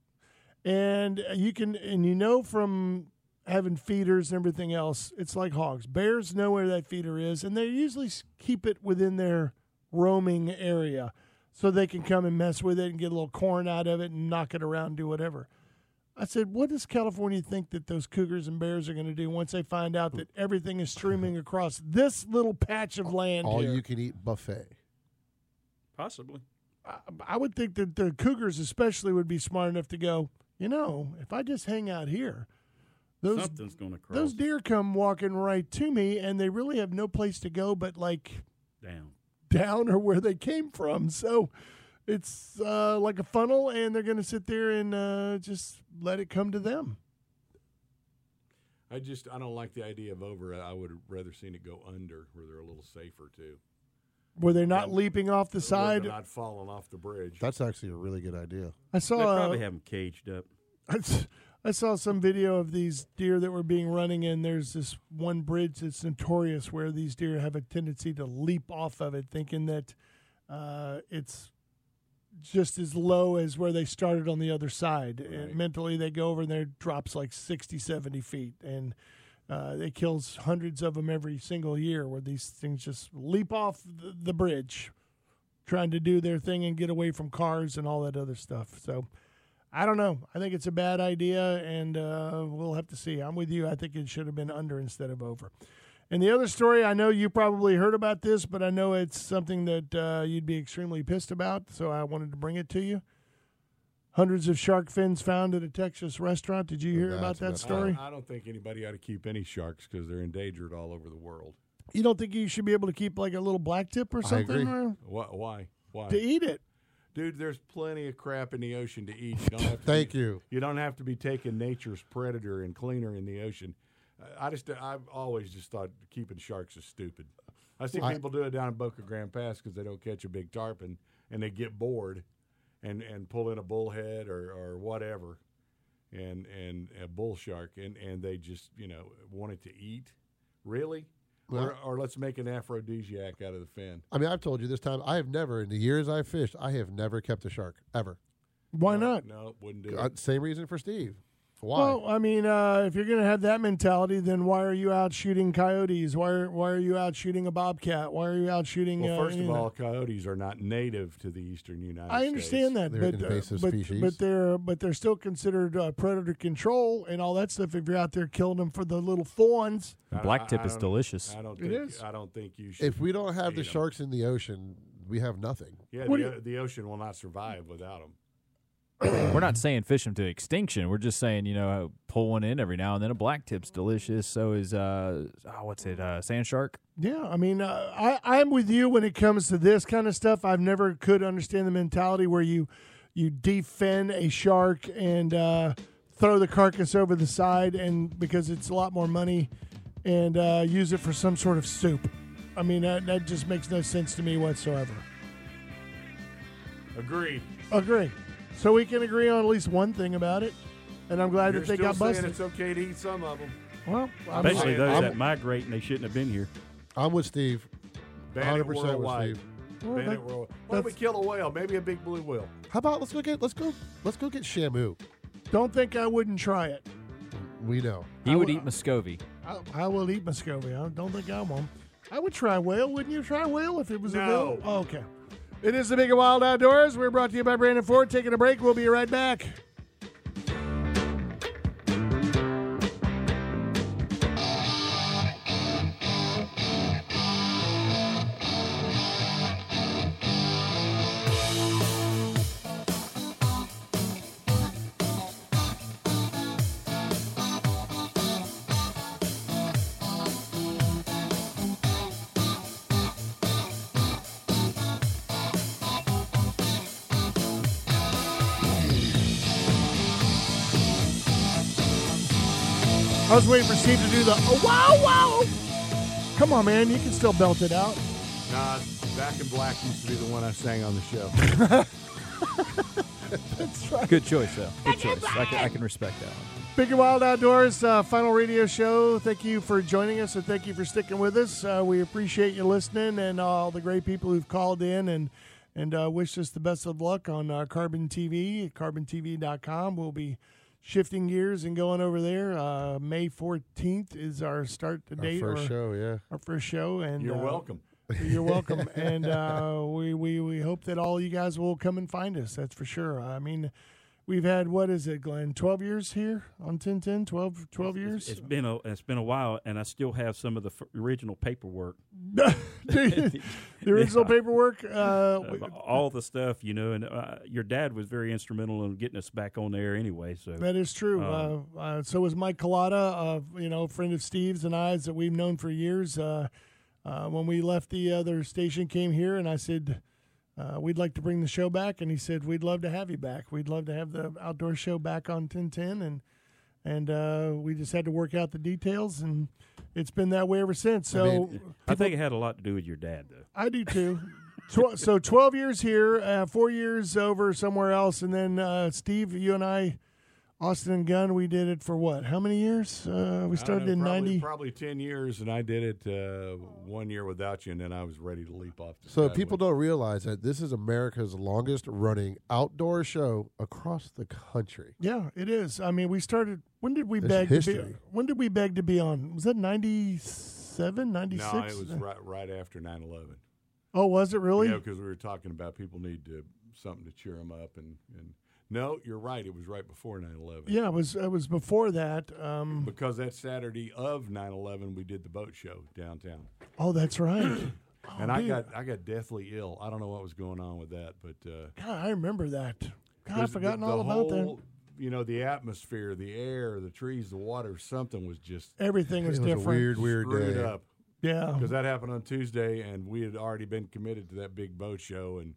[SPEAKER 2] and you can and you know from having feeders and everything else, it's like hogs. Bears know where that feeder is, and they usually s- keep it within their roaming area, so they can come and mess with it and get a little corn out of it and knock it around, and do whatever. I said, what does California think that those cougars and bears are going to do once they find out that everything is streaming across this little patch of land?
[SPEAKER 3] All
[SPEAKER 2] here?
[SPEAKER 3] you can eat buffet.
[SPEAKER 4] Possibly.
[SPEAKER 2] I- I would think that the Cougars, especially, would be smart enough to go. You know, if I just hang out here, those
[SPEAKER 4] Something's going to cross
[SPEAKER 2] those deer come walking right to me, and they really have no place to go but like (laughs)
[SPEAKER 4] down.
[SPEAKER 2] down or where they came from. So it's uh, like a funnel, and they're going to sit there and uh, just let it come to them.
[SPEAKER 5] I just I don't like the idea of over. I would have rather seen it go under where they're a little safer too.
[SPEAKER 2] Were they not leaping off the
[SPEAKER 5] Where
[SPEAKER 2] side?
[SPEAKER 5] they're not falling off the bridge.
[SPEAKER 3] That's actually a really good idea.
[SPEAKER 2] I
[SPEAKER 4] They
[SPEAKER 2] saw
[SPEAKER 4] probably
[SPEAKER 2] uh,
[SPEAKER 4] have them caged up.
[SPEAKER 2] I s- (laughs) I saw some video of these deer that were being running, and there's this one bridge that's notorious where these deer have a tendency to leap off of it, thinking that uh, it's just as low as where they started on the other side. And
[SPEAKER 5] Right.
[SPEAKER 2] mentally, they go over and there it drops like 60, 70 feet. And uh, it kills hundreds of them every single year where these things just leap off the, the bridge trying to do their thing and get away from cars and all that other stuff. So I don't know. I think it's a bad idea, and uh, we'll have to see. I'm with you. I think it should have been under instead of over. And the other story, I know you probably heard about this, but I know it's something that uh, you'd be extremely pissed about, so I wanted to bring it to you. Hundreds of shark fins found at a Texas restaurant. Did you hear
[SPEAKER 3] That's
[SPEAKER 2] about that
[SPEAKER 3] messed up.
[SPEAKER 2] story?
[SPEAKER 5] I, I don't think anybody ought to keep any sharks because they're endangered all over the world.
[SPEAKER 2] You don't think you should be able to keep like a little black tip or
[SPEAKER 3] I
[SPEAKER 2] something
[SPEAKER 3] agree.
[SPEAKER 2] or-
[SPEAKER 5] Why? Why? Why?
[SPEAKER 2] to eat it?
[SPEAKER 5] Dude, there's plenty of crap in the ocean to eat. You don't have to
[SPEAKER 3] Thank
[SPEAKER 5] be-
[SPEAKER 3] you.
[SPEAKER 5] You don't have to be taking nature's predator and cleaner in the ocean. Uh, I- I just, I've always just thought keeping sharks is stupid. I see people do it down in Boca Grande Pass because they don't catch a big tarpon and they get bored, and and pull in a bullhead or or whatever, and and a bull shark and and they just you know want it to eat, really.
[SPEAKER 3] Well-
[SPEAKER 5] or, or let's make an aphrodisiac out of the fin.
[SPEAKER 3] I mean, I've told you this time. I have never, in the years I've fished, I have never kept a shark ever.
[SPEAKER 2] Why not?
[SPEAKER 5] No, wouldn't do
[SPEAKER 3] Uh,
[SPEAKER 5] it.
[SPEAKER 3] same reason for Steve. Why?
[SPEAKER 2] Well, I mean, uh, if you're going to have that mentality, then why are you out shooting coyotes? Why are, why are you out shooting a bobcat? Why are you out shooting?
[SPEAKER 5] Well,
[SPEAKER 2] uh,
[SPEAKER 5] first
[SPEAKER 2] you
[SPEAKER 5] of
[SPEAKER 2] know-
[SPEAKER 5] all, coyotes are not native to the eastern United States.
[SPEAKER 2] I understand that,
[SPEAKER 3] They're
[SPEAKER 2] but,
[SPEAKER 3] an
[SPEAKER 2] uh,
[SPEAKER 3] invasive
[SPEAKER 2] but
[SPEAKER 3] species.
[SPEAKER 2] but they're but they're still considered uh, predator control and all that stuff. If you're out there killing them for the little fawns,
[SPEAKER 5] I-
[SPEAKER 7] Black
[SPEAKER 5] I-
[SPEAKER 7] tip
[SPEAKER 5] I
[SPEAKER 7] is
[SPEAKER 5] don't-
[SPEAKER 7] delicious.
[SPEAKER 5] I don't
[SPEAKER 2] It
[SPEAKER 5] think,
[SPEAKER 2] is.
[SPEAKER 5] I don't think you should.
[SPEAKER 3] if we don't have
[SPEAKER 5] eat
[SPEAKER 3] the
[SPEAKER 5] 'em.
[SPEAKER 3] sharks in the ocean, we have nothing.
[SPEAKER 5] yeah,
[SPEAKER 2] What
[SPEAKER 5] the,
[SPEAKER 2] do
[SPEAKER 5] the ocean will not survive without them.
[SPEAKER 7] We're not saying fish them to extinction. We're just saying, you know, pull one in every now and then. A black tip's delicious. So is, uh, oh, what's it, uh, sand shark?
[SPEAKER 2] Yeah, I mean, uh, I I'm with you when it comes to this kind of stuff. I've never could understand the mentality where you you defend a shark and uh, throw the carcass over the side, and because it's a lot more money, and uh, use it for some sort of soup. I mean, that, that just makes no sense to me whatsoever.
[SPEAKER 5] Agreed.
[SPEAKER 2] Agree. So we can agree on at least one thing about it, and I'm glad
[SPEAKER 5] You're
[SPEAKER 2] that they
[SPEAKER 5] still
[SPEAKER 2] got
[SPEAKER 5] saying
[SPEAKER 2] busted.
[SPEAKER 5] it's okay to eat some of them.
[SPEAKER 2] Well, I'm,
[SPEAKER 4] Especially
[SPEAKER 5] saying-
[SPEAKER 4] those
[SPEAKER 5] I'm-
[SPEAKER 4] that migrate and they shouldn't have been here.
[SPEAKER 3] I'm with Steve.
[SPEAKER 5] Bandit
[SPEAKER 3] 100% with
[SPEAKER 5] worldwide.
[SPEAKER 3] Steve.
[SPEAKER 2] Well,
[SPEAKER 5] Bandit
[SPEAKER 2] that-
[SPEAKER 5] world. Why don't we
[SPEAKER 2] that's-
[SPEAKER 5] kill a whale? Maybe a big blue whale.
[SPEAKER 3] How about let's go get let's go let's go get Shamu.
[SPEAKER 2] don't think I wouldn't try it.
[SPEAKER 3] We know.
[SPEAKER 7] He
[SPEAKER 2] I
[SPEAKER 7] would
[SPEAKER 2] will-
[SPEAKER 7] eat Muscovy.
[SPEAKER 2] I, I will eat Muscovy. I don't think I won't. I would try whale. Wouldn't you try whale if it was
[SPEAKER 5] No.
[SPEAKER 2] available? Oh, okay. It is the Big and Wild Outdoors. We're brought to you by Brandon Ford. Taking a break. We'll be right back. I was waiting for Steve to do the oh, wow, wow. Come on, man. You can still belt it out.
[SPEAKER 5] Nah, Back in Black used to be the one I sang on the show.
[SPEAKER 7] Good choice, though. Good choice. I can, I can respect that one.
[SPEAKER 2] Big and Wild Outdoors, uh, final radio show. Thank you for joining us and thank you for sticking with us. Uh, we appreciate you listening and all the great people who've called in and and uh, wish us the best of luck on uh, Carbon TV, carbontv.com. We'll be shifting gears and going over there. Uh, May 14th is our start to
[SPEAKER 3] Our
[SPEAKER 2] date.
[SPEAKER 3] first
[SPEAKER 2] or
[SPEAKER 3] show, yeah.
[SPEAKER 2] Our first show. And
[SPEAKER 5] You're
[SPEAKER 2] uh,
[SPEAKER 5] welcome.
[SPEAKER 4] (laughs)
[SPEAKER 2] You're welcome. and uh, we, we, we hope that all you guys will come and find us. That's for sure. I mean, we've had, what is it, Glenn? 12 years here on 1010? 12, 12 years?
[SPEAKER 4] It's been a it's been a while, and I still have some of the f- original paperwork,
[SPEAKER 2] (laughs)
[SPEAKER 4] (laughs)
[SPEAKER 2] the original
[SPEAKER 4] Yeah.
[SPEAKER 2] paperwork. Uh,
[SPEAKER 4] of
[SPEAKER 2] we-
[SPEAKER 4] all the stuff, you know. And uh, your dad was very instrumental in getting us back on there, anyway. So
[SPEAKER 2] that is true. uh, uh, so was Mike Collada, uh, you know, friend of Steve's and I's that we've known for years. Uh, uh, when we left the other station, came here, and I said, uh, "We'd like to bring the show back," and he said, "We'd love to have you back. We'd love to have the outdoor show back on 1010." And and uh, we just had to work out the details, and it's been that way ever since. So.
[SPEAKER 4] I think it had a lot to do with your dad, though.
[SPEAKER 2] I do too. Tw- so 12 years here, uh, four years over somewhere else, and then uh, Steve, you and I, Austin and Gunn, we did it for what? How many years? Uh, we
[SPEAKER 5] I don't
[SPEAKER 2] started
[SPEAKER 5] know,
[SPEAKER 2] in
[SPEAKER 5] probably,
[SPEAKER 2] 90.
[SPEAKER 5] Probably 10 years, and I did it uh, one year without you, and then I was ready to leap off the
[SPEAKER 3] So
[SPEAKER 5] side
[SPEAKER 3] people
[SPEAKER 5] with-
[SPEAKER 3] don't realize that this is America's longest running outdoor show across the country.
[SPEAKER 2] Yeah, it is. I mean, we started. When did we
[SPEAKER 3] It's
[SPEAKER 2] beg? To be,
[SPEAKER 3] history.
[SPEAKER 2] when did we beg to be on? Was that 97, 96?
[SPEAKER 5] No, it was right, right after 9 11.
[SPEAKER 2] oh, was it really?
[SPEAKER 5] Yeah, because we were talking about people need to, something to cheer them up. And, and no, you're right. It was right before 9 11.
[SPEAKER 2] Yeah, it was. It was before that. Um,
[SPEAKER 5] Because that Saturday of 9 11, we did the boat show downtown.
[SPEAKER 2] oh, that's right.
[SPEAKER 5] and I
[SPEAKER 2] Oh, dude.
[SPEAKER 5] got, I got deathly ill. I don't know what was going on with that, but. Uh,
[SPEAKER 2] God, I remember that. God, I've
[SPEAKER 5] There's the-
[SPEAKER 2] forgotten
[SPEAKER 5] the
[SPEAKER 2] all about that.
[SPEAKER 5] whole, You know, the atmosphere, the air, the trees, the water, something was just
[SPEAKER 2] Everything was,
[SPEAKER 3] it was
[SPEAKER 2] different.
[SPEAKER 3] a weird, weird
[SPEAKER 5] screwed
[SPEAKER 3] day.
[SPEAKER 5] up.
[SPEAKER 2] Yeah.
[SPEAKER 5] Because that happened on Tuesday, and we had already been committed to that big boat show, and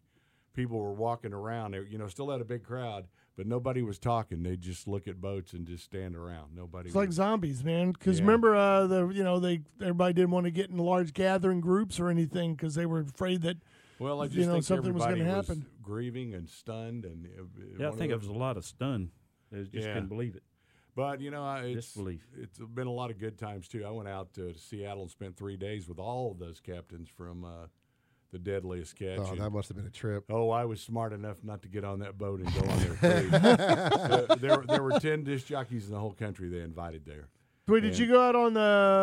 [SPEAKER 5] people were walking around. They, you know, still had a big crowd, but nobody was talking. They just look at boats and just stand around. Nobody.
[SPEAKER 2] It's like
[SPEAKER 5] was-
[SPEAKER 2] zombies, man. Because
[SPEAKER 5] Yeah.
[SPEAKER 2] remember, uh, the you know they everybody didn't want to get in large gathering groups or anything because they were afraid that
[SPEAKER 5] well, I
[SPEAKER 2] you
[SPEAKER 5] just
[SPEAKER 2] know,
[SPEAKER 5] think
[SPEAKER 2] something was gonna
[SPEAKER 5] everybody was
[SPEAKER 2] happen.
[SPEAKER 5] grieving and stunned, and it- it-
[SPEAKER 4] Yeah, I
[SPEAKER 5] one
[SPEAKER 4] think
[SPEAKER 5] of
[SPEAKER 4] it was a lot of stun. I just
[SPEAKER 5] Yeah.
[SPEAKER 4] couldn't believe it.
[SPEAKER 5] But you know, I- it's
[SPEAKER 4] Disbelief.
[SPEAKER 5] it's been a lot of good times too. I went out to Seattle and spent three days with all of those captains from uh, the Deadliest Catch.
[SPEAKER 3] Oh,
[SPEAKER 5] and-
[SPEAKER 3] that must have been a trip.
[SPEAKER 5] oh, I was smart enough not to get on that boat and go on their
[SPEAKER 2] (laughs)
[SPEAKER 5] cruise. there, there, there were ten disc jockeys in the whole country they invited there.
[SPEAKER 2] wait, did you go out on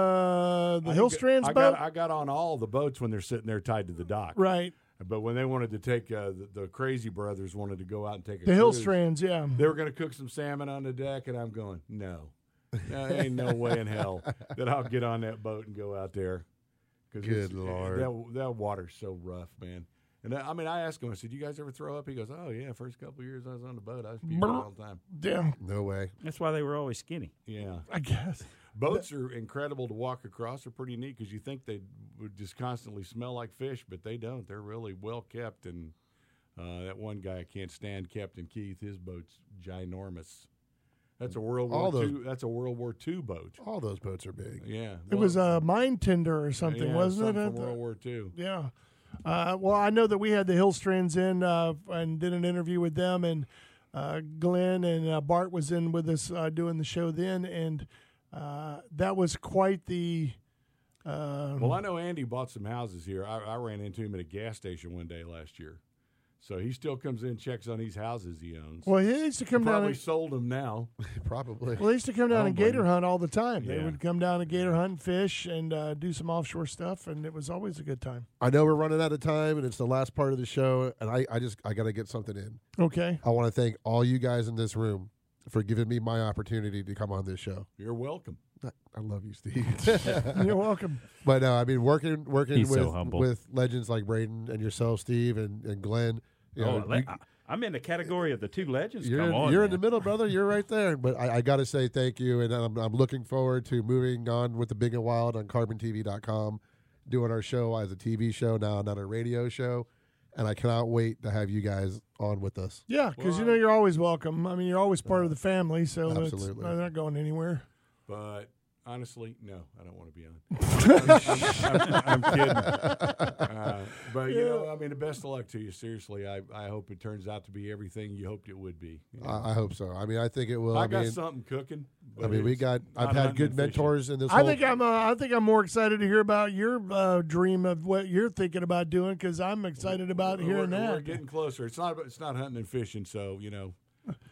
[SPEAKER 2] the the
[SPEAKER 5] I
[SPEAKER 2] hill
[SPEAKER 5] got-
[SPEAKER 2] strands
[SPEAKER 5] I
[SPEAKER 2] boat?
[SPEAKER 5] Got, I got on all the boats when they're sitting there tied to the dock.
[SPEAKER 2] right,
[SPEAKER 5] But when they wanted to take uh, the, the Crazy Brothers wanted to go out and take a
[SPEAKER 2] the hill
[SPEAKER 5] cruise,
[SPEAKER 2] strands. Yeah,
[SPEAKER 5] They were going to cook some salmon on the deck, and I'm going, no, no there ain't no way in hell that I'll get on that boat and go out there. 'Cause it's- eh,
[SPEAKER 3] Good Lord.
[SPEAKER 5] that, that water's so rough, man. And I, I mean, I asked him. I said, "You guys ever throw up?" He goes, "Oh yeah, first couple years I was on the boat, I was puking all the time."
[SPEAKER 2] yeah,
[SPEAKER 3] No way.
[SPEAKER 4] That's why they were always skinny.
[SPEAKER 5] Yeah,
[SPEAKER 2] I guess.
[SPEAKER 5] boats are incredible to walk across. They're pretty neat because you think they would just constantly smell like fish, but they don't. They're really well kept. And uh, that one guy I can't stand, Captain Keith, his boat's ginormous. That's a World War
[SPEAKER 3] All those-
[SPEAKER 5] Two. That's a World War Two boat.
[SPEAKER 3] All those boats are big.
[SPEAKER 5] Yeah,
[SPEAKER 2] It was a mine tender or something, wasn't it? Mm.
[SPEAKER 5] From World War Two.
[SPEAKER 2] Yeah. Uh, well, I know that we had the Hillstrands in uh, and did an interview with them, and uh, Glenn and uh, Bart was in with us uh, doing the show then, and uh, that was quite the. Uh,
[SPEAKER 5] Well, I know Andy bought some houses here. I, I ran into him at a gas station one day last year, so he still comes in and checks on these houses he owns.
[SPEAKER 2] well, he used to come down.
[SPEAKER 5] Probably
[SPEAKER 2] And,
[SPEAKER 5] sold them now.
[SPEAKER 3] (laughs) Probably.
[SPEAKER 2] well, they used to come down and
[SPEAKER 5] blame
[SPEAKER 2] gator hunt all the time. They
[SPEAKER 5] Yeah.
[SPEAKER 2] would come down and gator hunt, and fish, and uh, do some offshore stuff, and it was always a good time.
[SPEAKER 3] I know we're running out of time, and it's the last part of the show, and I, I just I gotta get something in.
[SPEAKER 2] Okay.
[SPEAKER 3] I want to thank all you guys in this room for giving me my opportunity to come on this show.
[SPEAKER 5] You're welcome.
[SPEAKER 3] I love you, Steve.
[SPEAKER 2] (laughs)
[SPEAKER 3] (laughs)
[SPEAKER 2] You're welcome.
[SPEAKER 3] but no, I mean working working
[SPEAKER 7] He's
[SPEAKER 3] with
[SPEAKER 7] so humble.
[SPEAKER 3] with legends like Braden and yourself, Steve, and, and Glenn. You know,
[SPEAKER 4] oh, le-
[SPEAKER 3] you-
[SPEAKER 4] I, I'm in the category of the two legends.
[SPEAKER 3] You're,
[SPEAKER 4] Come
[SPEAKER 3] in,
[SPEAKER 4] on,
[SPEAKER 3] you're in the
[SPEAKER 4] man.
[SPEAKER 3] middle, brother. You're right there. But I, I got to say thank you, and I'm, I'm looking forward to moving on with the Big and Wild on CarbonTV.com, doing our show as a TV show now, not a radio show, and I cannot wait to have you guys on with us.
[SPEAKER 2] Yeah, because you
[SPEAKER 5] Well,
[SPEAKER 2] know you're always welcome. I mean, you're always part of the family, so it's,
[SPEAKER 3] Absolutely.
[SPEAKER 2] they're not going anywhere.
[SPEAKER 5] But Honestly, no, I don't want to be on. I'm,
[SPEAKER 3] (laughs)
[SPEAKER 5] I'm- I'm- I'm kidding. Uh, but you know, I mean, the best of luck to you. Seriously, I, I hope it turns out to be everything you hoped it would be.
[SPEAKER 3] I, I hope so. I mean, I think it will.
[SPEAKER 5] I,
[SPEAKER 3] Uh, I,
[SPEAKER 5] got
[SPEAKER 3] mean,
[SPEAKER 5] something cooking.
[SPEAKER 3] I
[SPEAKER 5] but
[SPEAKER 3] mean, we
[SPEAKER 5] it's
[SPEAKER 3] got.
[SPEAKER 5] not
[SPEAKER 3] I've had
[SPEAKER 5] hunting
[SPEAKER 3] good
[SPEAKER 5] and fishing.
[SPEAKER 3] mentors in this.
[SPEAKER 2] I
[SPEAKER 3] whole,
[SPEAKER 2] think I'm. Uh, I think I'm more excited to hear about your uh, dream of what you're thinking about doing because I'm excited about
[SPEAKER 5] We're-
[SPEAKER 2] hearing
[SPEAKER 5] we're,
[SPEAKER 2] that.
[SPEAKER 5] We're getting closer. It's not. It's not hunting and fishing. So you know.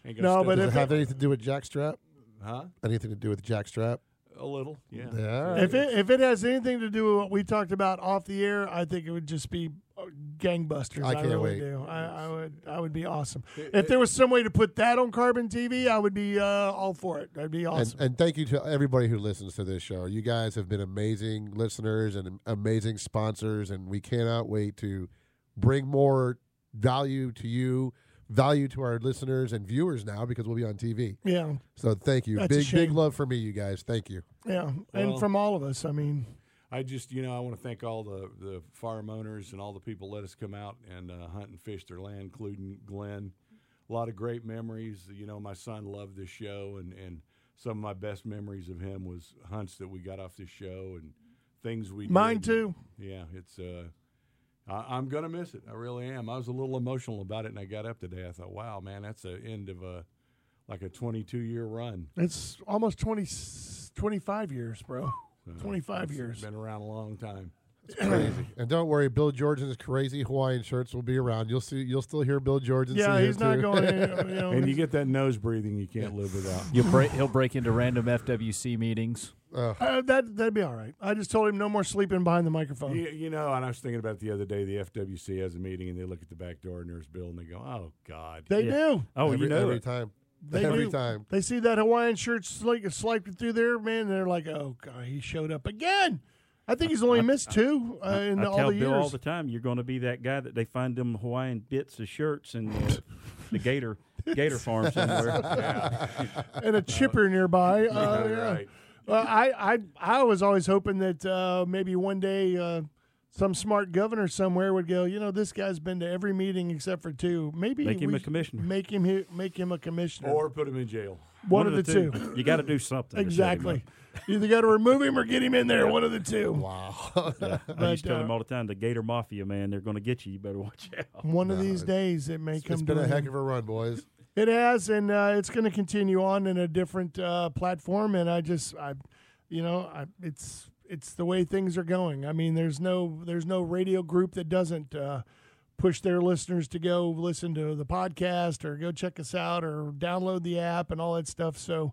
[SPEAKER 5] ain't gonna
[SPEAKER 2] No,
[SPEAKER 5] step
[SPEAKER 2] but
[SPEAKER 3] Does
[SPEAKER 5] up.
[SPEAKER 3] it
[SPEAKER 2] if
[SPEAKER 3] have anything to do with jackstrap?
[SPEAKER 5] huh?
[SPEAKER 3] Anything to do with jackstrap?
[SPEAKER 5] A little. Yeah.
[SPEAKER 3] Yeah.
[SPEAKER 2] If it if it has anything to do with what we talked about off the air, I think it would just be uh, gangbusters.
[SPEAKER 3] I can't
[SPEAKER 2] really
[SPEAKER 3] wait.
[SPEAKER 2] Do. I, I would I would be awesome. If there was some way to put that on carbon TV, I would be uh, all for it. That'd be
[SPEAKER 3] And,
[SPEAKER 2] awesome.
[SPEAKER 3] and thank you to everybody who listens to this show. You guys have been amazing listeners and amazing sponsors, and we cannot wait to bring more value to you, value to our listeners and viewers now because we'll be on TV.
[SPEAKER 2] yeah,
[SPEAKER 3] So thank you.
[SPEAKER 2] That's a
[SPEAKER 3] big, big
[SPEAKER 2] shame.
[SPEAKER 3] love for me, you guys. Thank you.
[SPEAKER 2] yeah,
[SPEAKER 5] Well-
[SPEAKER 2] and from all of us. I mean,
[SPEAKER 5] I just, you know, I want to thank all the, the farm owners and all the people let us come out and uh, hunt and fish their land, including Glenn. A lot of great memories. You know, my son loved this show, and, and some of my best memories of him was hunts that we got off this show and things we
[SPEAKER 2] Mine
[SPEAKER 5] did.
[SPEAKER 2] too.
[SPEAKER 5] Yeah, it's. Uh, I, I'm gonna miss it. I really am. I was a little emotional about it, and I got up today. I thought, wow, man, that's the end of a like a 22 year run.
[SPEAKER 2] it's almost 20, 25 years, bro.
[SPEAKER 5] So,
[SPEAKER 2] Twenty five
[SPEAKER 5] it's
[SPEAKER 2] years.
[SPEAKER 5] Been around a long time.
[SPEAKER 3] And don't worry, Bill George and his crazy Hawaiian shirts will be around. You'll see. You'll still hear Bill George. And
[SPEAKER 2] Yeah,
[SPEAKER 3] see him,
[SPEAKER 2] he's not
[SPEAKER 5] (laughs)
[SPEAKER 3] too.
[SPEAKER 2] going. in, You know,
[SPEAKER 5] And you get that nose breathing you can't live without.
[SPEAKER 7] You'll break, he'll break into random FWC meetings.
[SPEAKER 2] uh, that that'd be all right. I just told him no more sleeping behind the microphone.
[SPEAKER 5] You, you know, and I was thinking about it the other day. The FWC has a meeting, and they look at the back door, and there's Bill, and they go, "Oh God."
[SPEAKER 2] They
[SPEAKER 4] Yeah.
[SPEAKER 2] do.
[SPEAKER 4] Oh,
[SPEAKER 3] every,
[SPEAKER 4] you know
[SPEAKER 3] every
[SPEAKER 4] it.
[SPEAKER 3] time.
[SPEAKER 2] They
[SPEAKER 3] every
[SPEAKER 2] do.
[SPEAKER 3] time.
[SPEAKER 2] They see that Hawaiian shirt sli- sliped through there, man. They're like, "Oh God, he showed up again." I think he's only missed two uh, in
[SPEAKER 4] I
[SPEAKER 2] all
[SPEAKER 4] tell
[SPEAKER 2] the
[SPEAKER 4] Bill
[SPEAKER 2] years.
[SPEAKER 4] all the time, you're going to be that guy that they find them Hawaiian bits of shirts and uh, the Gator Gator Farm somewhere.
[SPEAKER 2] and a chipper nearby. Uh,
[SPEAKER 5] All
[SPEAKER 2] yeah.
[SPEAKER 5] right.
[SPEAKER 2] Well, I, I, I was always hoping that uh, maybe one day uh, some smart governor somewhere would go. You know, this guy's been to every meeting except for two. Maybe
[SPEAKER 4] Make him
[SPEAKER 2] we
[SPEAKER 4] a commissioner.
[SPEAKER 2] Make him hi- make him a commissioner.
[SPEAKER 5] Or put him in jail.
[SPEAKER 2] one, of the, two.
[SPEAKER 4] You got to do something. to shut him
[SPEAKER 2] Exactly. You Either got to remove him or get him in there. One of the two.
[SPEAKER 3] Wow. (laughs)
[SPEAKER 4] up. I used to tell
[SPEAKER 2] uh,
[SPEAKER 4] him all the time, the Gator Mafia, man, they're going to get you. You better watch
[SPEAKER 2] (laughs)
[SPEAKER 4] out.
[SPEAKER 2] One of these days, it may come
[SPEAKER 3] it's
[SPEAKER 2] to
[SPEAKER 3] been a
[SPEAKER 2] an
[SPEAKER 3] heck
[SPEAKER 2] end.
[SPEAKER 3] of a run, boys.
[SPEAKER 2] It has, and uh, it's going to continue on in a different uh, platform. And I just, I, you know, I, it's it's the way things are going. I mean, there's no there's no radio group that doesn't uh, push their listeners to go listen to the podcast or go check us out or download the app and all that stuff. So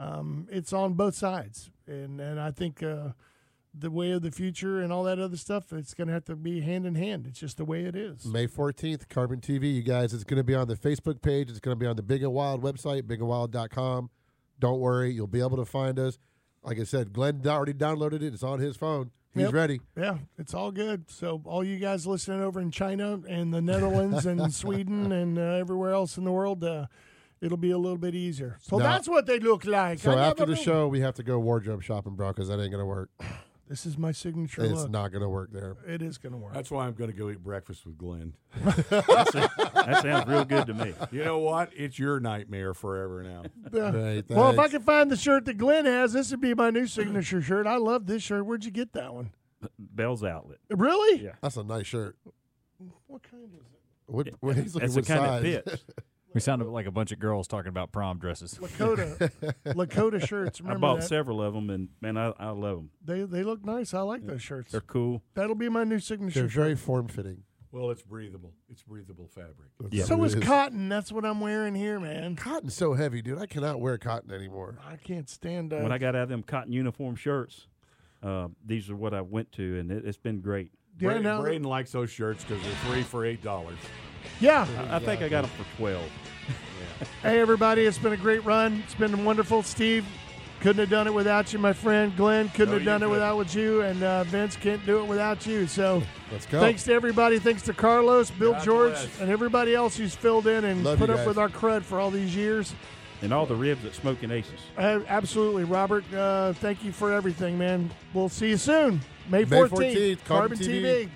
[SPEAKER 2] um, it's on both sides, and and I think. Uh, the way of the future and all that other stuff, it's going to have to be hand in hand. It's just the way it is.
[SPEAKER 3] May 14th, Carbon TV. You guys, it's going to be on the Facebook page. It's going to be on the Big and Wild website, bigandwild.com. Don't worry, you'll be able to find us. Like I said, Glenn already downloaded it. It's on his phone. He's
[SPEAKER 2] Yep.
[SPEAKER 3] ready.
[SPEAKER 2] Yeah, it's all good. So, all you guys listening over in China and the Netherlands
[SPEAKER 3] (laughs)
[SPEAKER 2] and Sweden and uh, everywhere else in the world, uh, it'll be a little bit easier. So
[SPEAKER 3] Now-
[SPEAKER 2] that's what they look like.
[SPEAKER 3] So
[SPEAKER 2] I
[SPEAKER 3] after
[SPEAKER 2] never
[SPEAKER 3] the
[SPEAKER 2] knew.
[SPEAKER 3] show, we have to go wardrobe shopping, bro, because that ain't going to work.
[SPEAKER 2] this is my signature
[SPEAKER 3] It's
[SPEAKER 2] look.
[SPEAKER 3] not going to work there.
[SPEAKER 2] it is going to work.
[SPEAKER 5] That's why I'm going to go eat breakfast with Glenn.
[SPEAKER 4] That sounds real good to me.
[SPEAKER 5] You know what? It's your nightmare forever now. (laughs)
[SPEAKER 3] Right,
[SPEAKER 2] well, if I
[SPEAKER 3] thanks.
[SPEAKER 2] could find the shirt that Glenn has, this would be my new signature shirt. I love this shirt. Where'd you get that one?
[SPEAKER 4] Bell's Outlet.
[SPEAKER 2] Really?
[SPEAKER 4] Yeah.
[SPEAKER 3] That's a nice shirt.
[SPEAKER 2] What kind is it?
[SPEAKER 3] What, what- he's looking
[SPEAKER 4] That's the
[SPEAKER 3] what
[SPEAKER 4] kind
[SPEAKER 3] size.
[SPEAKER 2] (laughs)
[SPEAKER 4] that fits.
[SPEAKER 7] We sounded like a bunch of girls talking about prom dresses.
[SPEAKER 3] (laughs)
[SPEAKER 2] Lakota, Lakota shirts.
[SPEAKER 4] I
[SPEAKER 2] Remember
[SPEAKER 4] bought
[SPEAKER 2] that?
[SPEAKER 4] several of them, and man, I, I love them.
[SPEAKER 2] They they look nice. I like those shirts.
[SPEAKER 4] They're cool.
[SPEAKER 2] That'll be my new
[SPEAKER 3] They're
[SPEAKER 2] signature. shirt.
[SPEAKER 3] very form fitting.
[SPEAKER 5] well, it's breathable. It's breathable fabric.
[SPEAKER 4] Yeah.
[SPEAKER 2] So is
[SPEAKER 3] It is.
[SPEAKER 2] cotton. That's what I'm wearing here, man.
[SPEAKER 3] Cotton's so heavy, dude. I cannot wear cotton anymore.
[SPEAKER 2] I can't stand. Uh,
[SPEAKER 4] When I got out of them cotton uniform shirts, uh, these are what I went to, and it, it's been great.
[SPEAKER 2] yeah,
[SPEAKER 5] Bra-
[SPEAKER 2] now-
[SPEAKER 5] Braden likes those shirts because they're three for eight dollars.
[SPEAKER 2] yeah.
[SPEAKER 4] I, I think I got them for 12
[SPEAKER 2] Hey, everybody, it's been a great run. It's been wonderful. Steve, couldn't have done it without you, my friend. Glenn, couldn't
[SPEAKER 5] No,
[SPEAKER 2] have done
[SPEAKER 5] you
[SPEAKER 2] it without with you. And uh, Vince can't do it without you. So
[SPEAKER 3] Let's go.
[SPEAKER 2] thanks to everybody. Thanks to Carlos, Bill
[SPEAKER 5] God
[SPEAKER 2] George,
[SPEAKER 5] bless.
[SPEAKER 2] and everybody else who's filled in and
[SPEAKER 3] Love
[SPEAKER 2] put
[SPEAKER 3] you
[SPEAKER 2] up
[SPEAKER 3] guys.
[SPEAKER 2] with our crud for all these years.
[SPEAKER 4] and all the ribs at Smoking Aces.
[SPEAKER 2] Uh, absolutely. Robert, uh, thank you for everything, man. We'll see you soon. May
[SPEAKER 3] May
[SPEAKER 2] 14th,
[SPEAKER 3] 14th, Carbon TV.